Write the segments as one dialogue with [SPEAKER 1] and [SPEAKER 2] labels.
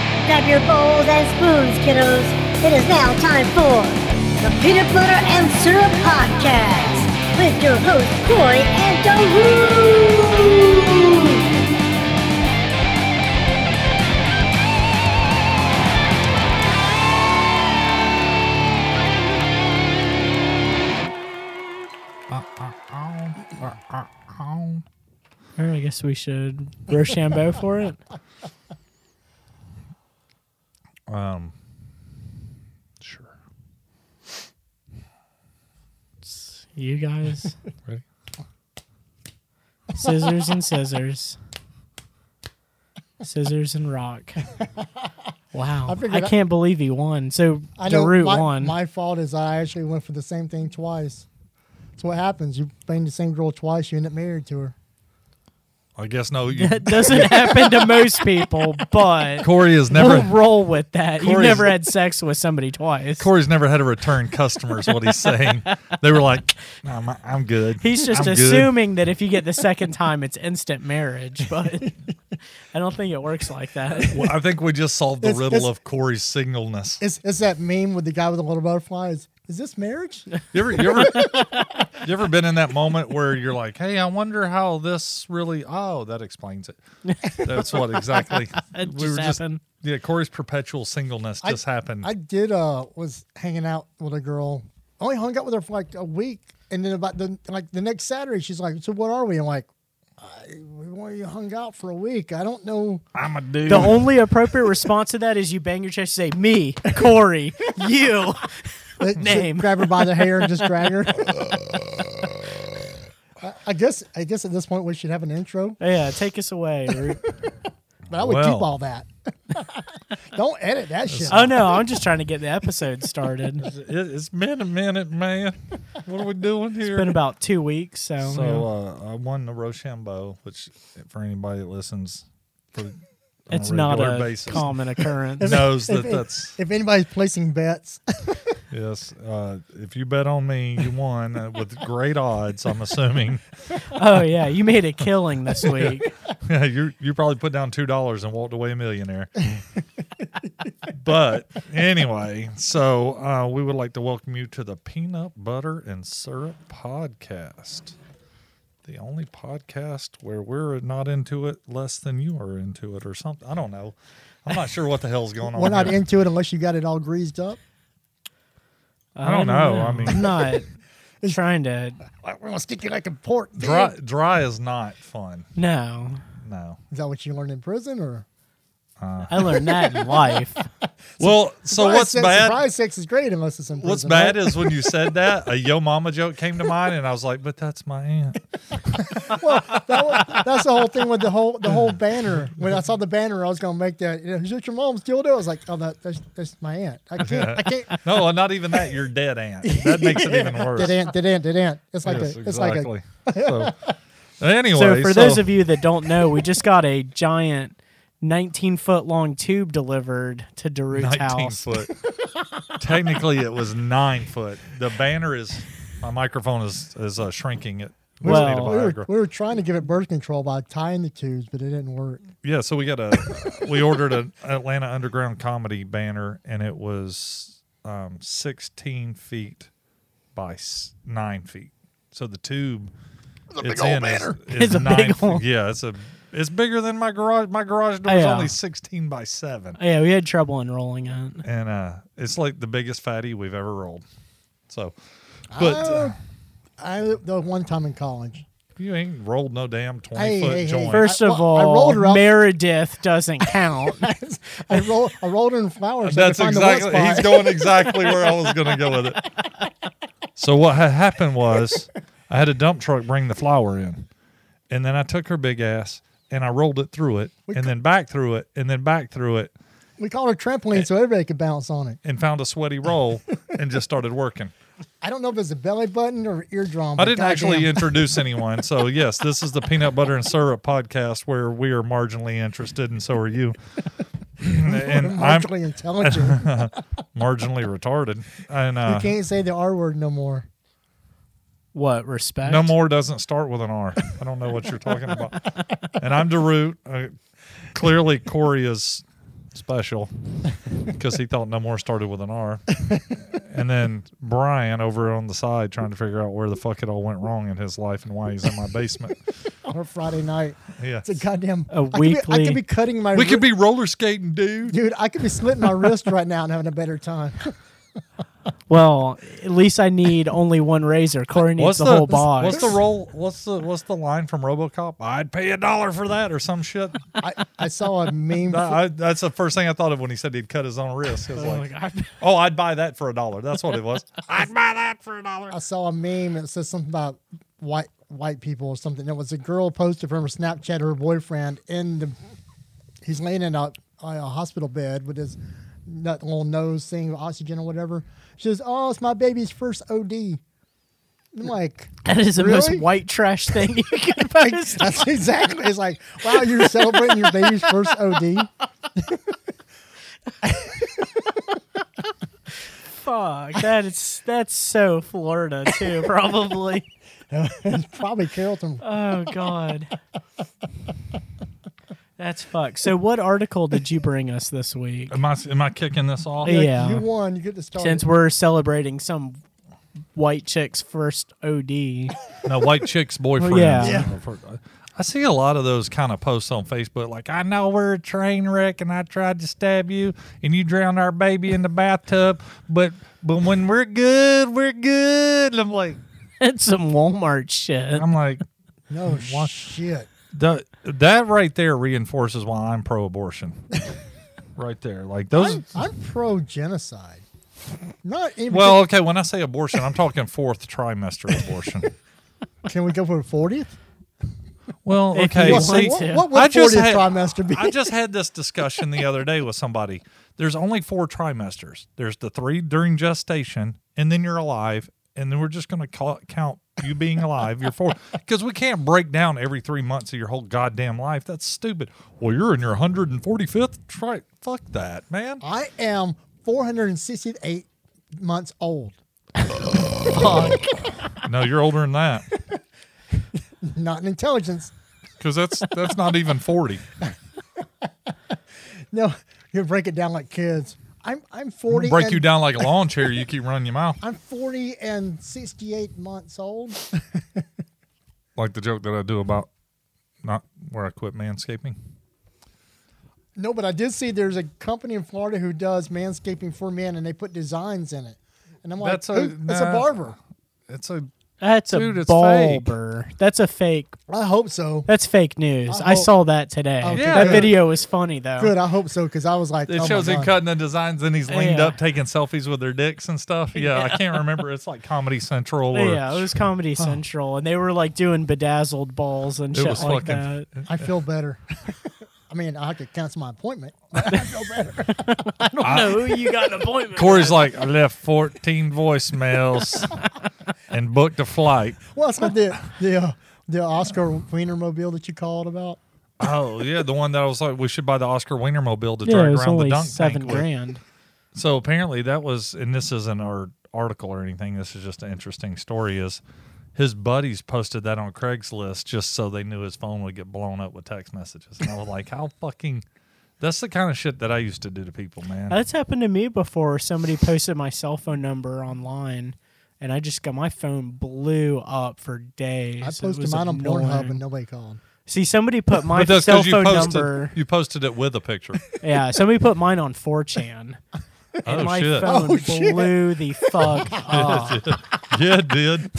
[SPEAKER 1] up your bowls and spoons, kiddos. It is now time for the Peanut Butter and Syrup Podcast with your hosts, Corey and Daru.
[SPEAKER 2] All right, I guess we should Rochambeau for it.
[SPEAKER 3] Um, sure.
[SPEAKER 2] It's you guys,
[SPEAKER 3] Ready?
[SPEAKER 2] scissors and scissors, scissors and rock. Wow,
[SPEAKER 4] I
[SPEAKER 2] I,
[SPEAKER 4] figured I-
[SPEAKER 2] can't believe he won. So
[SPEAKER 4] I know
[SPEAKER 2] Darut
[SPEAKER 4] my,
[SPEAKER 2] won.
[SPEAKER 4] my fault is I actually went for the same thing twice. That's what happens. You bang the same girl twice, you end up married to her.
[SPEAKER 3] I guess no. You,
[SPEAKER 2] that doesn't happen to most people, but
[SPEAKER 3] Corey has
[SPEAKER 2] we'll
[SPEAKER 3] never.
[SPEAKER 2] roll with that. You've
[SPEAKER 3] Corey's-
[SPEAKER 2] never had sex with somebody twice.
[SPEAKER 3] Corey's never had a return customer. Is what he's saying. They were like, "Nah, I'm, I'm good.
[SPEAKER 2] He's just
[SPEAKER 3] I'm good."
[SPEAKER 2] assuming that if you get the second time, it's instant marriage, but I don't think it works like that.
[SPEAKER 3] Well, I think we just solved the
[SPEAKER 4] It's-
[SPEAKER 3] riddle
[SPEAKER 4] it's-
[SPEAKER 3] of Corey's singleness.
[SPEAKER 4] It's, it's that meme with the guy with the little butterflies. Is this marriage?
[SPEAKER 3] You ever, you ever, you ever been in that moment where you're like, "Hey, I wonder how this really." Oh, that explains it. That's what exactly.
[SPEAKER 2] It just happened.
[SPEAKER 3] yeah. Corey's perpetual singleness
[SPEAKER 4] I-
[SPEAKER 3] just happened.
[SPEAKER 4] I did uh was hanging out with a girl. I only hung out with her for like a week, and then about the like the next Saturday, she's like, "So what are we?" I'm like, I, "We only hung out for a week. I don't know."
[SPEAKER 3] I'm a dude.
[SPEAKER 2] The only appropriate response to that is you bang your chest and say, Me, Corey, you.
[SPEAKER 4] But she-
[SPEAKER 2] Name.
[SPEAKER 4] grab her by the hair and just drag her. I- I guess I guess at this point we should have an intro,
[SPEAKER 2] Yeah, take us away. Root.
[SPEAKER 4] but I would keep
[SPEAKER 3] Well.
[SPEAKER 4] all that. don't edit that shit.
[SPEAKER 2] Oh, no, I'm just trying to get the episode started.
[SPEAKER 3] It- It's been a minute, man. What are we doing here?
[SPEAKER 2] Been about two weeks, so.
[SPEAKER 3] so uh, I won the Rochambeau, which for anybody that listens, for on
[SPEAKER 2] yeah. it's not
[SPEAKER 3] regular
[SPEAKER 2] a
[SPEAKER 3] basis,
[SPEAKER 2] common occurrence.
[SPEAKER 3] knows
[SPEAKER 4] If-
[SPEAKER 3] that
[SPEAKER 4] if-
[SPEAKER 3] that's
[SPEAKER 4] If anybody's placing bets,
[SPEAKER 3] yes. Uh, if you bet on me, you won uh, with great odds. I'm assuming.
[SPEAKER 2] Oh, yeah, you made a killing this week.
[SPEAKER 3] Yeah, you you probably put down two dollars and walked away a millionaire. but anyway, so uh, we would like to welcome you to the Peanut Butter and Syrup Podcast, the only podcast where we're not into it less than you are into it, or something. I don't know. I'm not sure what the hell's going on.
[SPEAKER 4] we're not
[SPEAKER 3] here.
[SPEAKER 4] into it unless you got it all greased up.
[SPEAKER 3] I don't know. I mean-
[SPEAKER 2] I'm not trying to.
[SPEAKER 4] We're gonna stick you like a pork. dude.
[SPEAKER 3] dry. Dry is not fun.
[SPEAKER 2] No.
[SPEAKER 3] No.
[SPEAKER 4] Is that what you learned in prison, or
[SPEAKER 2] I learned that in life.
[SPEAKER 3] Well, so
[SPEAKER 4] Surprise
[SPEAKER 3] what's
[SPEAKER 4] sex,
[SPEAKER 3] bad?
[SPEAKER 4] Surprise sex is great unless it's in prison.
[SPEAKER 3] What's bad
[SPEAKER 4] right?
[SPEAKER 3] is when you said that a yo mama joke came to mind, and I was like, "But that's my aunt."
[SPEAKER 4] That was- that's the whole thing with the whole the whole banner. When I saw the banner, I was gonna make that. You know, is that your mom's dildo? I was like, oh, that, that's that's my aunt. I can't. I can't.
[SPEAKER 3] No, not even that. Your dead aunt. That makes it even worse.
[SPEAKER 4] Did aunt? Did aunt? Did aunt? It's like
[SPEAKER 3] Yes,
[SPEAKER 4] a. It's like
[SPEAKER 3] exactly. so, anyway,
[SPEAKER 2] So, for those of you that don't know, we just got a giant 19 foot long tube delivered to Darut's
[SPEAKER 3] 19
[SPEAKER 2] house.
[SPEAKER 3] foot. Technically, it was nine foot. The banner is. My microphone is is uh, shrinking. It. We just need a
[SPEAKER 4] a.
[SPEAKER 2] Well-
[SPEAKER 4] We were,
[SPEAKER 3] Viagra.
[SPEAKER 4] we were trying to give it birth control by tying the tubes, but it didn't work.
[SPEAKER 3] yeah, so we got a. we ordered an Atlanta Underground comedy banner, and it was um, sixteen feet by s- nine feet. So the tube. it's in is- Is,
[SPEAKER 2] It's a
[SPEAKER 3] nine
[SPEAKER 2] big
[SPEAKER 3] feet.
[SPEAKER 2] old-
[SPEAKER 3] Yeah, it's a. It's bigger than my garage. My garage door is
[SPEAKER 2] Yeah.
[SPEAKER 3] only sixteen by seven.
[SPEAKER 2] Yeah, we had trouble enrolling it.
[SPEAKER 3] and uh, it's like the biggest fatty we've ever rolled. So, but
[SPEAKER 2] Ah.
[SPEAKER 3] uh,
[SPEAKER 4] I the one time in college.
[SPEAKER 3] you ain't rolled no damn twenty
[SPEAKER 4] Hey,
[SPEAKER 3] foot
[SPEAKER 4] hey, hey.
[SPEAKER 3] joint.
[SPEAKER 2] First
[SPEAKER 4] I-
[SPEAKER 2] of
[SPEAKER 4] well,
[SPEAKER 2] all,
[SPEAKER 4] I rolled her up.
[SPEAKER 2] Meredith doesn't count.
[SPEAKER 4] I roll. I rolled her in flowers.
[SPEAKER 3] That's
[SPEAKER 4] I could find
[SPEAKER 3] exactly.
[SPEAKER 4] The wet
[SPEAKER 3] He's
[SPEAKER 4] spot.
[SPEAKER 3] going exactly where I was going to go with it. So what had happened was, I had a dump truck bring the flour in, and then I took her big ass and I rolled it through it, and then back through it, and then back through it,
[SPEAKER 4] we called her trampoline so everybody could bounce on it.
[SPEAKER 3] and found a sweaty roll, and just started working.
[SPEAKER 4] I don't know if it's a belly button or eardrum.
[SPEAKER 3] I
[SPEAKER 4] but
[SPEAKER 3] didn't actually
[SPEAKER 4] goddamn.
[SPEAKER 3] introduce anyone. So, yes, this is the Peanut Butter and Syrup podcast where we are marginally interested and so are you. and I'm
[SPEAKER 4] Actually intelligent.
[SPEAKER 3] marginally retarded. And
[SPEAKER 4] you
[SPEAKER 3] uh,
[SPEAKER 4] can't say the R word no more.
[SPEAKER 2] what respect?
[SPEAKER 3] no more doesn't start with an R. I don't know what you're talking about. And I'm DeRoot. Uh, clearly, Corey is special because he thought no more started with an R. and then Brian over on the side trying to figure out where the fuck it all went wrong in his life and why he's in my basement.
[SPEAKER 4] on a Friday night.
[SPEAKER 3] Yeah.
[SPEAKER 4] It's a goddamn
[SPEAKER 2] A
[SPEAKER 4] I could be, I
[SPEAKER 2] weekly-
[SPEAKER 4] could be cutting my.
[SPEAKER 3] We could
[SPEAKER 4] wri-
[SPEAKER 3] be roller skating, dude.
[SPEAKER 4] dude. I could be slitting my wrist right now and having a better time.
[SPEAKER 2] Well, at least I need only one razor. Corey needs
[SPEAKER 3] What's
[SPEAKER 2] the,
[SPEAKER 3] the,
[SPEAKER 2] whole box.
[SPEAKER 3] What's the roll? What's the what's the line from RoboCop? I'd pay a dollar for that or some shit.
[SPEAKER 4] I, I saw a meme.
[SPEAKER 3] That- I, that's the first thing I thought of when he said he'd cut his own wrist. I was like,
[SPEAKER 2] I,
[SPEAKER 3] oh, I'd buy that for a dollar. That's what it was. I'd buy that for a dollar.
[SPEAKER 4] I saw a meme that says something about white white people or something. It was a girl posted from her Snapchat her boyfriend in the he's laying in a, a hospital bed with his nut- little nose thing, oxygen or whatever. She says, "Oh, it's my baby's first OD." I'm like,
[SPEAKER 2] that is the most
[SPEAKER 4] Really?
[SPEAKER 2] white trash thing you could post.
[SPEAKER 4] that's exactly. It's like, wow, you're celebrating your baby's first OD.
[SPEAKER 2] Fuck, that is that's so Florida too, probably.
[SPEAKER 4] Probably Carrollton.
[SPEAKER 2] oh God, that's fuck. So, what article did you bring us this week?
[SPEAKER 3] Am I am I kicking this off?
[SPEAKER 2] Yeah.
[SPEAKER 4] You won. You get to start.
[SPEAKER 2] Since we're celebrating some white chick's first OD,
[SPEAKER 3] No, white chicks boyfriend.
[SPEAKER 2] yeah.
[SPEAKER 3] I see a lot of those kind of posts on Facebook. Like, I know we're a train wreck, and I tried to stab you, and you drowned our baby in the bathtub. But but when we're good, we're good. And I'm like,
[SPEAKER 2] it's some Walmart shit.
[SPEAKER 3] I'm like,
[SPEAKER 4] no shit.
[SPEAKER 3] that that right there reinforces why I'm pro-abortion. right there, like those.
[SPEAKER 4] I'm, I'm pro genocide. Not even,
[SPEAKER 3] well, okay. When I say abortion, I'm talking fourth trimester abortion.
[SPEAKER 4] Can we go for fortieth?
[SPEAKER 3] Well,
[SPEAKER 2] If
[SPEAKER 3] okay.
[SPEAKER 2] you
[SPEAKER 4] What,
[SPEAKER 2] want
[SPEAKER 3] See,
[SPEAKER 2] Hey,
[SPEAKER 4] what,
[SPEAKER 2] Tim.
[SPEAKER 4] what would
[SPEAKER 3] I just
[SPEAKER 4] 40th
[SPEAKER 3] had-
[SPEAKER 4] trimester be?
[SPEAKER 3] I just had this discussion the other day with somebody. There's only four trimesters. There's the three during gestation, and then you're alive, and then we're just going to ca- count you being alive. You're four because we can't break down every three months of your whole goddamn life. That's stupid. Well, you're in your 145th tri. Fuck that, man.
[SPEAKER 4] I am 468 months old.
[SPEAKER 3] No, you're older than that
[SPEAKER 4] Not in intelligence.
[SPEAKER 3] because that's that's not even 40.
[SPEAKER 4] No, you break it down like kids. I'm I'm 40.
[SPEAKER 3] Break
[SPEAKER 4] and,
[SPEAKER 3] you down like a lawn chair. You keep running your mouth
[SPEAKER 4] I'm 40 and 68 months old.
[SPEAKER 3] like the joke that I do about not where I quit manscaping.
[SPEAKER 4] No, but I did see there's a company in Florida who does manscaping for men, and they put designs in it. And I'm like,
[SPEAKER 3] That's a-
[SPEAKER 4] who- that's a
[SPEAKER 3] nah.
[SPEAKER 4] barber.
[SPEAKER 3] It's a
[SPEAKER 2] That's
[SPEAKER 3] Dude,
[SPEAKER 2] a
[SPEAKER 3] it's fake.
[SPEAKER 2] bulber. That's a fake.
[SPEAKER 4] I hope so.
[SPEAKER 2] That's fake news.
[SPEAKER 4] I
[SPEAKER 2] I,
[SPEAKER 4] hope-
[SPEAKER 2] saw that today.
[SPEAKER 4] Okay,
[SPEAKER 3] Yeah.
[SPEAKER 2] that
[SPEAKER 3] Oh, good.
[SPEAKER 2] video was funny though.
[SPEAKER 4] Good, I hope so, because I was like,
[SPEAKER 3] It
[SPEAKER 4] oh my
[SPEAKER 3] shows him
[SPEAKER 4] God.
[SPEAKER 3] cutting the designs, and he's leaned
[SPEAKER 2] Yeah.
[SPEAKER 3] up taking selfies with their dicks and stuff. Yeah, I can't remember. It's like Comedy Central or
[SPEAKER 2] Yeah, it was Comedy Central, and they were like doing bedazzled balls and
[SPEAKER 3] It
[SPEAKER 2] shit
[SPEAKER 3] was
[SPEAKER 2] like
[SPEAKER 3] fucking-
[SPEAKER 2] that.
[SPEAKER 4] I feel better. I mean, I have to cancel my appointment. but I feel better.
[SPEAKER 2] No, you got an appointment.
[SPEAKER 3] Corey's like, I left 14 voicemails and booked a flight.
[SPEAKER 4] Well, it's like the the uh, the Oscar Wienermobile that you called about.
[SPEAKER 3] Oh yeah, the one that I was like, we should buy the Oscar Wienermobile to
[SPEAKER 2] yeah, it
[SPEAKER 3] drive
[SPEAKER 2] was
[SPEAKER 3] around the
[SPEAKER 2] only
[SPEAKER 3] dunk
[SPEAKER 2] seven
[SPEAKER 3] tank. with.
[SPEAKER 2] grand.
[SPEAKER 3] So apparently that was, and this isn't our article or anything. This is just an interesting story. Is his buddies posted that on Craigslist just so they knew his phone would get blown up with text messages, and I was like, how fucking. That's the kind of shit that I used to do to people, man.
[SPEAKER 2] That's happened to me before. Somebody posted my cell phone number online, and I just got my phone blew up for days.
[SPEAKER 4] I
[SPEAKER 2] It
[SPEAKER 4] posted
[SPEAKER 2] was
[SPEAKER 4] mine on Pornhub
[SPEAKER 2] annoying.
[SPEAKER 4] and nobody called.
[SPEAKER 2] See, somebody put my
[SPEAKER 3] But that's
[SPEAKER 2] cell
[SPEAKER 3] because you
[SPEAKER 2] phone
[SPEAKER 3] posted
[SPEAKER 2] number.
[SPEAKER 3] you posted it with a picture.
[SPEAKER 2] Yeah, somebody put mine on 4chan. And
[SPEAKER 3] Oh,
[SPEAKER 2] my
[SPEAKER 3] shit.
[SPEAKER 2] phone
[SPEAKER 4] Oh, shit.
[SPEAKER 2] blew the fuck up.
[SPEAKER 3] yeah, it did.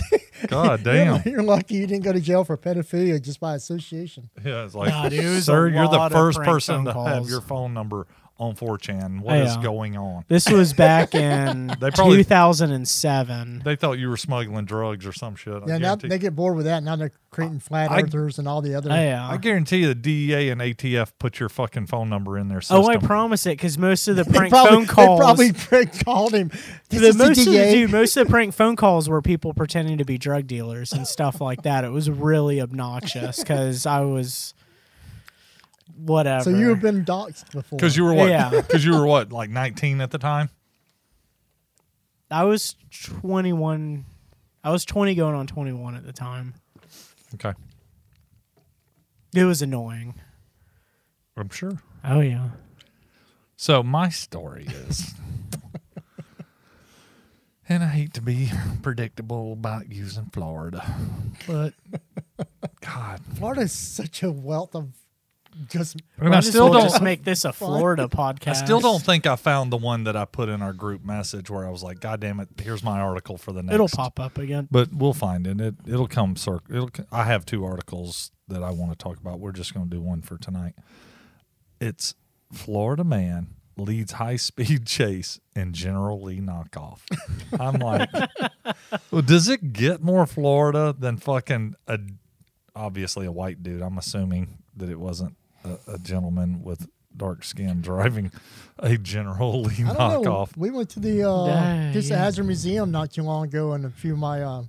[SPEAKER 3] God damn.
[SPEAKER 4] You're lucky you didn't go to jail for pedophilia just by association.
[SPEAKER 3] Yeah, it's like,
[SPEAKER 2] Nah, dude, it was
[SPEAKER 3] sir,
[SPEAKER 2] a
[SPEAKER 3] you're the
[SPEAKER 2] lot of
[SPEAKER 3] first
[SPEAKER 2] prank
[SPEAKER 3] person
[SPEAKER 2] phone
[SPEAKER 3] to have
[SPEAKER 2] calls.
[SPEAKER 3] your phone number on 4chan. What is
[SPEAKER 2] Yeah.
[SPEAKER 3] going on?
[SPEAKER 2] This was back in
[SPEAKER 3] They probably-
[SPEAKER 2] 2007.
[SPEAKER 3] They thought you were smuggling drugs or some shit. I
[SPEAKER 4] Yeah, now
[SPEAKER 3] guarantee,
[SPEAKER 4] they get bored with that. Now they're creating flat
[SPEAKER 3] I-
[SPEAKER 4] earthers and all the other.
[SPEAKER 2] Yeah.
[SPEAKER 3] I guarantee you the DEA and ATF put your fucking phone number in their system.
[SPEAKER 2] Oh, I promise it, because most of the
[SPEAKER 4] They
[SPEAKER 2] prank
[SPEAKER 4] probably,
[SPEAKER 2] phone calls.
[SPEAKER 4] They probably prank called him. This
[SPEAKER 2] the
[SPEAKER 4] is the
[SPEAKER 2] most of the,
[SPEAKER 4] DA.
[SPEAKER 2] dude, most of the prank phone calls were people pretending to be drug dealers and stuff like that. It was really obnoxious because I was whatever.
[SPEAKER 4] so you have been doxxed before.
[SPEAKER 3] Because you were what?
[SPEAKER 2] Yeah.
[SPEAKER 3] Because you were what, like 19 at the time?
[SPEAKER 2] I was twenty one. I was twenty going on twenty one at the time.
[SPEAKER 3] Okay.
[SPEAKER 2] It was annoying.
[SPEAKER 3] I'm sure.
[SPEAKER 2] Oh yeah.
[SPEAKER 3] So my story is, and I hate to be predictable about using Florida, but God,
[SPEAKER 4] Florida is such a wealth of just.
[SPEAKER 3] and
[SPEAKER 2] Might
[SPEAKER 3] I
[SPEAKER 2] as
[SPEAKER 3] still
[SPEAKER 2] well
[SPEAKER 3] don't.
[SPEAKER 2] just make this a Florida podcast.
[SPEAKER 3] I still don't think I found the one that I put in our group message where I was like, "God damn it! Here's my article for the next."
[SPEAKER 2] It'll pop up again.
[SPEAKER 3] but we'll find it. it it'll come. Cir- it'll. c- I have two articles that I want to talk about. We're just going to do one for tonight. It's Florida man leads high speed chase and General Lee knockoff. I'm like, well, does it get more Florida than fucking a obviously a white dude? I'm assuming that it wasn't a, a gentleman with dark skin driving a General Lee
[SPEAKER 4] I don't know.
[SPEAKER 3] knockoff.
[SPEAKER 4] We went to the uh,
[SPEAKER 2] Yeah,
[SPEAKER 4] just the
[SPEAKER 2] yeah.
[SPEAKER 4] Hazard Museum not too long ago, and a few of my uh,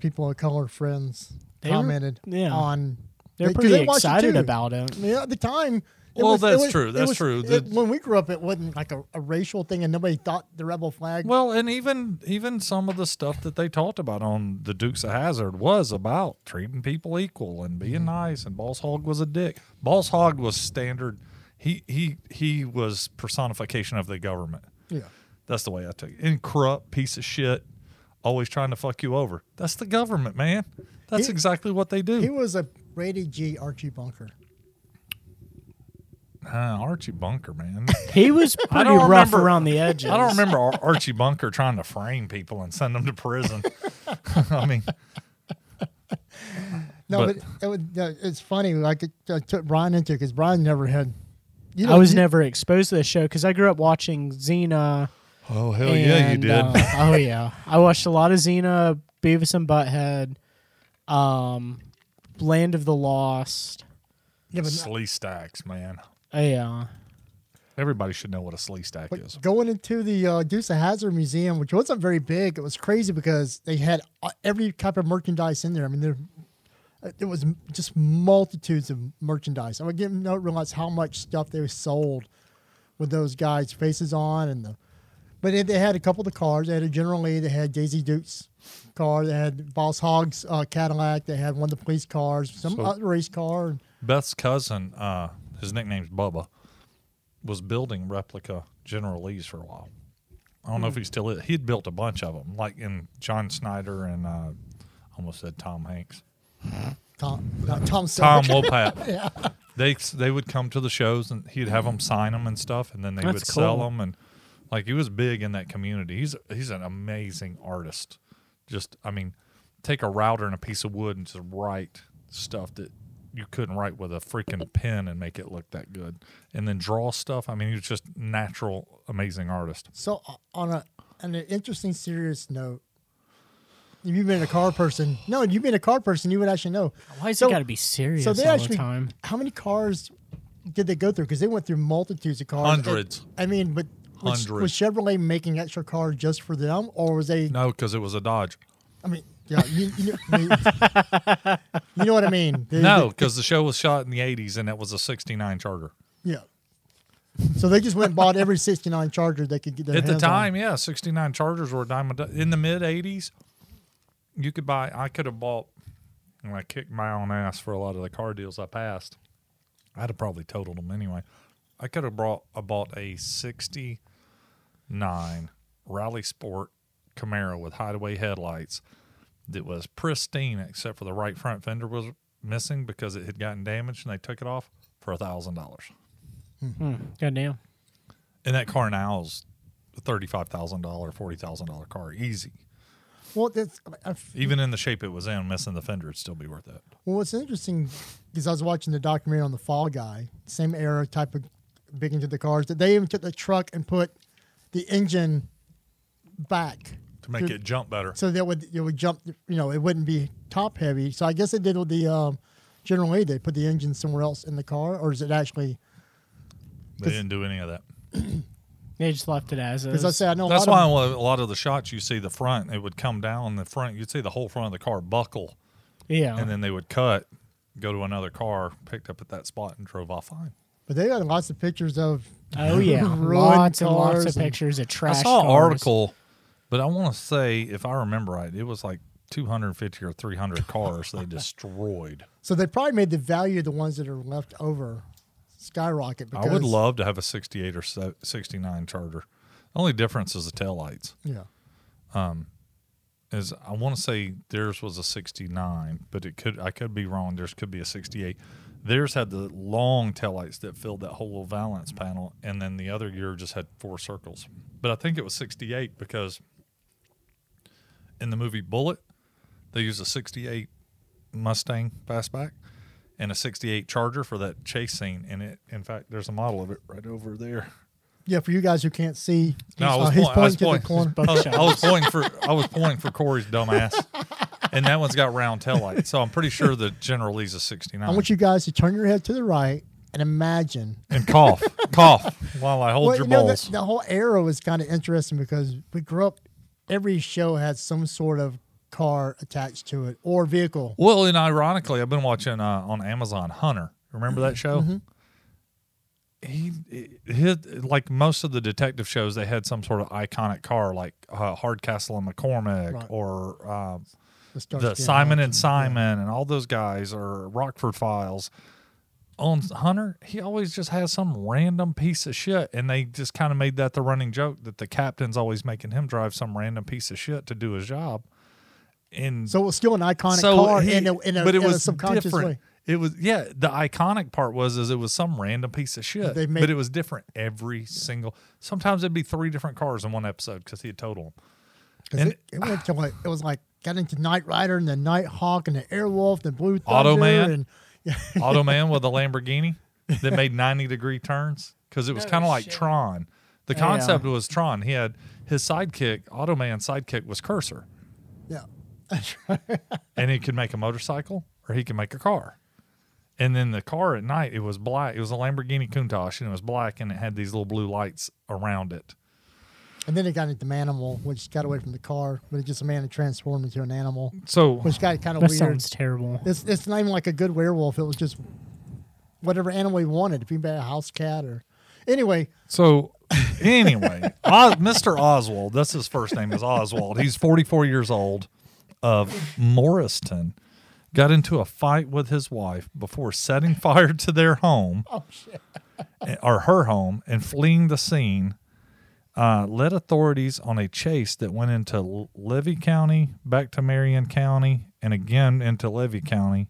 [SPEAKER 4] people of color friends
[SPEAKER 2] They were-
[SPEAKER 4] commented
[SPEAKER 2] yeah.
[SPEAKER 4] on.
[SPEAKER 2] They're
[SPEAKER 4] 'cause
[SPEAKER 2] pretty
[SPEAKER 4] watched it
[SPEAKER 2] excited
[SPEAKER 4] too.
[SPEAKER 2] about it.
[SPEAKER 4] Yeah, at the time. it
[SPEAKER 3] Well,
[SPEAKER 4] was- it
[SPEAKER 3] that's
[SPEAKER 4] was-
[SPEAKER 3] true,
[SPEAKER 4] it
[SPEAKER 3] that's
[SPEAKER 4] was-
[SPEAKER 3] true.
[SPEAKER 4] it-
[SPEAKER 3] The-
[SPEAKER 4] when we grew up, it wasn't like a, a racial thing, and nobody thought the rebel flag.
[SPEAKER 3] Well, and even even some of the stuff that they talked about on the Dukes of Hazard was about treating people equal and being nice. And Boss Hogg was a dick. Boss Hogg was standard. He he he was personification of the government.
[SPEAKER 4] yeah,
[SPEAKER 3] That's the way I took it. And corrupt piece of shit, always trying to fuck you over. That's the government, man. That's
[SPEAKER 4] He-
[SPEAKER 3] exactly what they
[SPEAKER 4] he
[SPEAKER 3] do.
[SPEAKER 4] was a rated G Archie Bunker.
[SPEAKER 3] Ah, Archie Bunker, man.
[SPEAKER 2] He was pretty
[SPEAKER 3] don't
[SPEAKER 2] rough
[SPEAKER 3] remember-
[SPEAKER 2] around the edges.
[SPEAKER 3] I don't remember Ar- Archie Bunker trying to frame people and send them to prison. I mean,
[SPEAKER 4] No,
[SPEAKER 3] But-
[SPEAKER 4] but, it would, uh, it's funny. Like it, I took Brian into because Brian never had. You
[SPEAKER 2] I was
[SPEAKER 4] you-
[SPEAKER 2] never exposed to this show because I grew up watching Xena.
[SPEAKER 3] oh hell
[SPEAKER 2] and, uh, oh yeah, I watched a lot of Xena, Beavis and Butthead, um, Land of the Lost.
[SPEAKER 4] Yeah, but not-
[SPEAKER 3] Slee stacks, man.
[SPEAKER 2] Oh, yeah,
[SPEAKER 3] Everybody should know what a slee stack
[SPEAKER 4] But
[SPEAKER 3] is.
[SPEAKER 4] going into the uh, Deuce of Hazard Museum, which wasn't very big, it was crazy because they had uh, every type of merchandise in there. I mean, there uh, it was m- just multitudes of merchandise. I didn't know, realize how much stuff they sold with those guys' faces on and the. But they- they had a couple of the cars. They had a General Lee. They had Daisy Duke's car. They had Boss Hogg's uh, Cadillac. They had one of the police cars, some
[SPEAKER 3] So-
[SPEAKER 4] other race car.
[SPEAKER 3] Beth's cousin, uh, his nickname's Bubba, was building replica General Lee's for a while. I don't know if he still is. He'd built a bunch of them, like in John Snyder and uh, almost said Tom Hanks,
[SPEAKER 4] Tom, not
[SPEAKER 3] Tom
[SPEAKER 4] Tom. Selleck.
[SPEAKER 3] Wopat. They they would come to the shows and he'd have them sign them and stuff, and then they
[SPEAKER 2] That's
[SPEAKER 3] would sell
[SPEAKER 2] cool.
[SPEAKER 3] them. And like he was big in that community. He's he's an amazing artist. Just I mean, take a router and a piece of wood and just write stuff that you couldn't write with a freaking pen and make it look that good, and then draw stuff. I mean, he was just natural, amazing artist.
[SPEAKER 4] So o- on a on an interesting serious note, if you've been a car person, no, if you've been a car person, you would actually know.
[SPEAKER 2] why is
[SPEAKER 4] So-
[SPEAKER 2] it got to be serious
[SPEAKER 4] So they
[SPEAKER 2] all the
[SPEAKER 4] actually,
[SPEAKER 2] time?
[SPEAKER 4] how many cars did they go through? Because they went through multitudes of cars. And-
[SPEAKER 3] Hundreds.
[SPEAKER 4] I mean, but was,
[SPEAKER 3] Hundreds.
[SPEAKER 4] was Chevrolet making extra cars just for them, or was they?
[SPEAKER 3] No, because it was a Dodge.
[SPEAKER 4] I mean, yeah, you, you, know, I mean, you know what I mean? They-
[SPEAKER 3] No, because the show was shot in the '80s and that was a '69 Charger.
[SPEAKER 4] they- yeah. So they just went and bought every '69 Charger they could get their
[SPEAKER 3] at the
[SPEAKER 4] hands on.
[SPEAKER 3] time, yeah, sixty nine Chargers were a dime a do- in the mid eighties. You could buy. I could have bought. And I kicked my own ass for a lot of the car deals I passed. I'd have probably totaled them anyway. I could have brought. I bought a sixty nine Rally Sport Camaro with hideaway headlights that was pristine except for the right front fender was missing because it had gotten damaged and they took it off for a thousand dollars.
[SPEAKER 2] Goddamn.
[SPEAKER 3] And that car now is a thirty-five thousand dollar, forty thousand dollar car, easy.
[SPEAKER 4] Well, that's, I
[SPEAKER 3] Even in the shape it was in, missing the fender, it'd still be worth it.
[SPEAKER 4] Well, what's interesting is I was watching the documentary on the Fall Guy, same era type of big into the cars that they even took the truck and put the engine back
[SPEAKER 3] To make
[SPEAKER 4] Good.
[SPEAKER 3] it jump better,
[SPEAKER 4] so that would it would jump. You know, it wouldn't be top heavy. So I guess they did with the um, General Lee. They put the engine somewhere else in the car, or is it actually?
[SPEAKER 3] they didn't do any of that.
[SPEAKER 2] They just left it as is.
[SPEAKER 4] Because I say I know a
[SPEAKER 3] That's
[SPEAKER 4] lot
[SPEAKER 3] why
[SPEAKER 4] of
[SPEAKER 3] a lot of the shots you see the front, it would come down the front. You'd see the whole front of the car buckle,
[SPEAKER 2] yeah.
[SPEAKER 3] and then they would cut, go to another car, picked up at that spot, and drove off. Fine.
[SPEAKER 4] but they got lots of pictures of.
[SPEAKER 2] oh yeah,
[SPEAKER 4] ruined
[SPEAKER 2] lots and lots of
[SPEAKER 4] cars and-
[SPEAKER 2] pictures of trash.
[SPEAKER 3] I saw an
[SPEAKER 2] cars.
[SPEAKER 3] article, but I want to say, if I remember right, it was like 250 or 300 cars they destroyed.
[SPEAKER 4] So they probably made the value of the ones that are left over. skyrocket.
[SPEAKER 3] I
[SPEAKER 4] Because,
[SPEAKER 3] would love to have a 68 or se- 69 Charger. Only difference is the taillights.
[SPEAKER 4] Yeah.
[SPEAKER 3] Is I want to say theirs was a 69, but it could I could be wrong. Theirs could be a 68. Theirs had the long taillights that filled that whole valance panel, and then the other year just had four circles. But I think it was 68 because in the movie Bullet, they used a 68 Mustang fastback and a 68 Charger for that chase scene. And it, in fact, there's a model of it right over there.
[SPEAKER 4] Yeah, for you guys who can't see,
[SPEAKER 3] No, I
[SPEAKER 4] uh,
[SPEAKER 3] was,
[SPEAKER 4] he's
[SPEAKER 3] point- I was
[SPEAKER 4] pointing to
[SPEAKER 3] pointing.
[SPEAKER 4] the corner.
[SPEAKER 3] I was, I was pointing for I was pointing for Corey's dumbass, and that one's got round taillights. So I'm pretty sure the General Lee's a 69.
[SPEAKER 4] I want you guys to turn your head to the right and imagine.
[SPEAKER 3] and cough, cough while I hold
[SPEAKER 4] Well,
[SPEAKER 3] your
[SPEAKER 4] you know, the,
[SPEAKER 3] balls.
[SPEAKER 4] the whole era was kind of interesting because we grew up. Every show had some sort of car attached to it or vehicle.
[SPEAKER 3] Well, and ironically, I've been watching uh, on Amazon Hunter. Remember that show?
[SPEAKER 4] Mm-hmm.
[SPEAKER 3] He, he, like most of the detective shows, they had some sort of iconic car, like uh, Hardcastle and McCormick,
[SPEAKER 4] Right.
[SPEAKER 3] or um,
[SPEAKER 4] Let's start
[SPEAKER 3] the
[SPEAKER 4] getting
[SPEAKER 3] Simon
[SPEAKER 4] on.
[SPEAKER 3] and Simon and all those guys or Rockford Files. On Hunter, he always just has some random piece of shit, and they just kind of made that the running joke that the captain's always making him drive some random piece of shit to do his job. And
[SPEAKER 4] So it was still an iconic car
[SPEAKER 3] he-
[SPEAKER 4] in a, in a,
[SPEAKER 3] but it
[SPEAKER 4] in a
[SPEAKER 3] was
[SPEAKER 4] subconscious
[SPEAKER 3] different.
[SPEAKER 4] way.
[SPEAKER 3] It was yeah. The iconic part was is it was some random piece of shit,
[SPEAKER 4] They made-
[SPEAKER 3] but it was different every single. Sometimes it'd be three different cars in one episode because he had totaled.
[SPEAKER 4] 'Cause
[SPEAKER 3] And-
[SPEAKER 4] it, it went to like it was like got into Knight Rider and the Night Hawk and the Airwolf, the Blue Thunder,
[SPEAKER 3] Auto Man?
[SPEAKER 4] and
[SPEAKER 3] Auto Man with a Lamborghini that made 90 degree turns because it was kind of like Tron. The concept was Tron. He had his sidekick, Auto Man's sidekick was Cursor,
[SPEAKER 4] yeah.
[SPEAKER 3] and he could make a motorcycle or he could make a car. And then the car at night, it was black. It was a Lamborghini Countach, and it was black, and it had these little blue lights around it.
[SPEAKER 4] And then it got into Manimal, which got away from the car, but it's just a man that transformed into an animal,
[SPEAKER 3] So
[SPEAKER 4] which got kind of
[SPEAKER 2] That
[SPEAKER 4] weird.
[SPEAKER 2] sounds terrible.
[SPEAKER 4] It's it's not even like a good werewolf. It was just whatever animal he wanted. If he had a house cat or anyway,
[SPEAKER 3] So anyway, Os- Mr. Oswald, that's his first name is Oswald. He's 44 years old of Morriston. Got into a fight with his wife before setting fire to their home eh, or her home and fleeing the scene. Uh, led authorities on a chase that went into L- Levy County, back to Marion County, and again into Levy County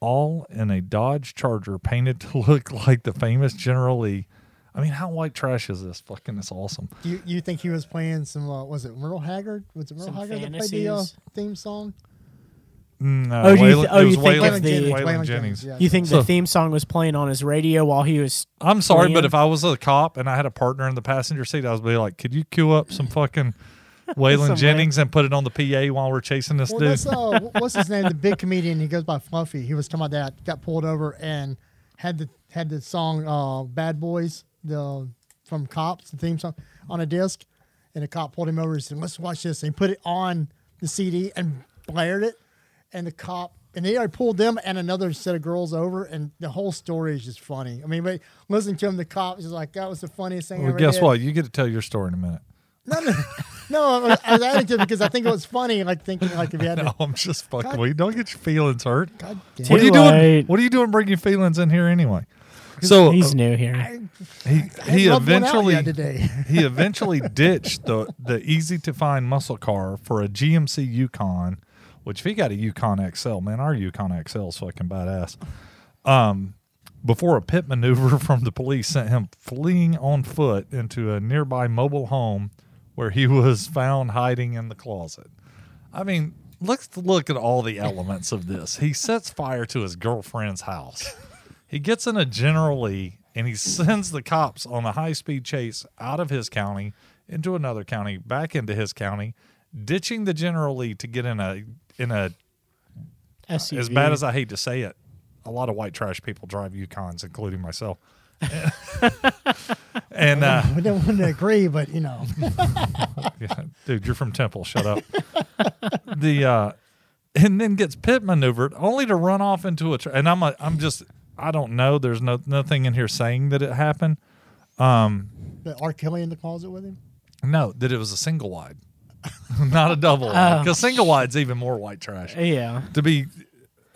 [SPEAKER 3] all in a Dodge Charger painted to look like the famous General Lee. I mean, how white trash is this? Fucking, it's awesome.
[SPEAKER 4] you you think he was playing some uh, was it Merle Haggard? Was it Merle
[SPEAKER 2] Some
[SPEAKER 4] Haggard that played the uh,
[SPEAKER 2] fantasies.
[SPEAKER 4] theme song?
[SPEAKER 3] No,
[SPEAKER 2] Oh, do you
[SPEAKER 3] Mm, uh, Waylon-
[SPEAKER 2] th- oh,
[SPEAKER 3] it was
[SPEAKER 2] you think
[SPEAKER 3] Waylon,
[SPEAKER 2] it's the-
[SPEAKER 3] Waylon
[SPEAKER 4] Waylon
[SPEAKER 3] Jennings.
[SPEAKER 4] Jennings, yeah.
[SPEAKER 2] You think
[SPEAKER 3] So-
[SPEAKER 2] the theme song was playing on his radio while he was?
[SPEAKER 3] I'm sorry, but
[SPEAKER 2] Liam?
[SPEAKER 3] if I was a cop and I had a partner in the passenger seat, I would be like, could you queue up some fucking Waylon
[SPEAKER 2] Some
[SPEAKER 3] Jennings and put it on the PA while we're chasing this
[SPEAKER 4] Well,
[SPEAKER 3] dude?
[SPEAKER 4] that's, uh, wh- what's his name? The big comedian. He goes by Fluffy. He was talking about that. Got pulled over and had the had the song uh, "Bad Boys" the from Cops, the theme song, on a disc. And a cop pulled him over and said, "Let's watch this." And he put it on the CD and blared it. And the cop and they already pulled them and another set of girls over. And the whole story is just funny. I mean, but listen to him. The cop is like, "That was the funniest thing." I
[SPEAKER 3] well,
[SPEAKER 4] ever
[SPEAKER 3] guess
[SPEAKER 4] did."
[SPEAKER 3] what? You get to tell your story in a minute.
[SPEAKER 4] No, no, no. I was, I was adding to it because I think it was funny. Like thinking, like if you had to
[SPEAKER 3] No, Oh, I'm just fucking. with you. Don't get your feelings hurt.
[SPEAKER 4] God damn.
[SPEAKER 3] What are
[SPEAKER 2] Too
[SPEAKER 3] you doing?
[SPEAKER 2] late.
[SPEAKER 3] What are you doing? Bringing feelings in here anyway. So
[SPEAKER 2] He's new here.
[SPEAKER 3] he, he
[SPEAKER 4] rubbed one out
[SPEAKER 3] eventually
[SPEAKER 4] yet today.
[SPEAKER 3] he eventually ditched the the easy to find muscle car for a GMC Yukon, which if he got a Yukon XL, man, our Yukon XL is fucking badass. Um, before a pit maneuver from the police sent him fleeing on foot into a nearby mobile home, where he was found hiding in the closet. I mean, let's look at all the elements of this. He sets fire to his girlfriend's house. He gets in a General Lee and he sends the cops on a high speed chase out of his county into another county, back into his county, ditching the General Lee to get in a in a
[SPEAKER 2] SUV.
[SPEAKER 3] as bad as I hate to say it, a lot of white trash people drive Yukons, including myself. and uh,
[SPEAKER 4] We don't want to agree, but you know,
[SPEAKER 3] yeah, dude, you're from Temple. Shut up. the uh, and then gets pit maneuvered only to run off into a. Tra- and I'm a, I'm just I don't know. There's no nothing in here saying that it happened.
[SPEAKER 4] the R. Kelly in the closet with him.
[SPEAKER 3] No, that it was a single wide, not a double wide. Because single wide's even more white trash.
[SPEAKER 2] yeah.
[SPEAKER 3] To be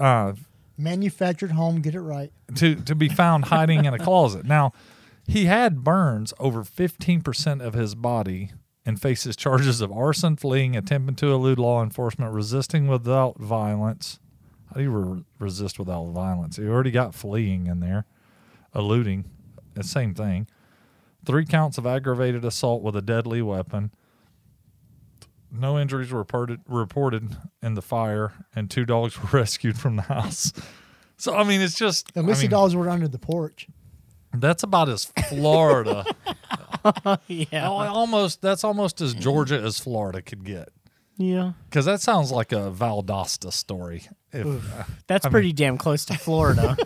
[SPEAKER 3] uh,
[SPEAKER 4] Manufactured home, get it right.
[SPEAKER 3] to to be found hiding in a closet. Now, he had burns over 15% of his body and faces charges of arson, fleeing, attempting to elude law enforcement, resisting without violence. How do you re- resist without violence? You already got fleeing in there, eluding, the same thing. Three counts of aggravated assault with a deadly weapon. No injuries were reported, reported in the fire, and two dogs were rescued from the house. So, I mean, it's just.
[SPEAKER 4] At
[SPEAKER 3] I
[SPEAKER 4] least
[SPEAKER 3] mean,
[SPEAKER 4] the dogs were under the porch.
[SPEAKER 3] that's about as Florida.
[SPEAKER 2] Yeah.
[SPEAKER 3] al- almost that's almost as Georgia as Florida could get.
[SPEAKER 2] Yeah.
[SPEAKER 3] Because that sounds like a Valdosta story. If,
[SPEAKER 2] That's pretty damn close to Florida.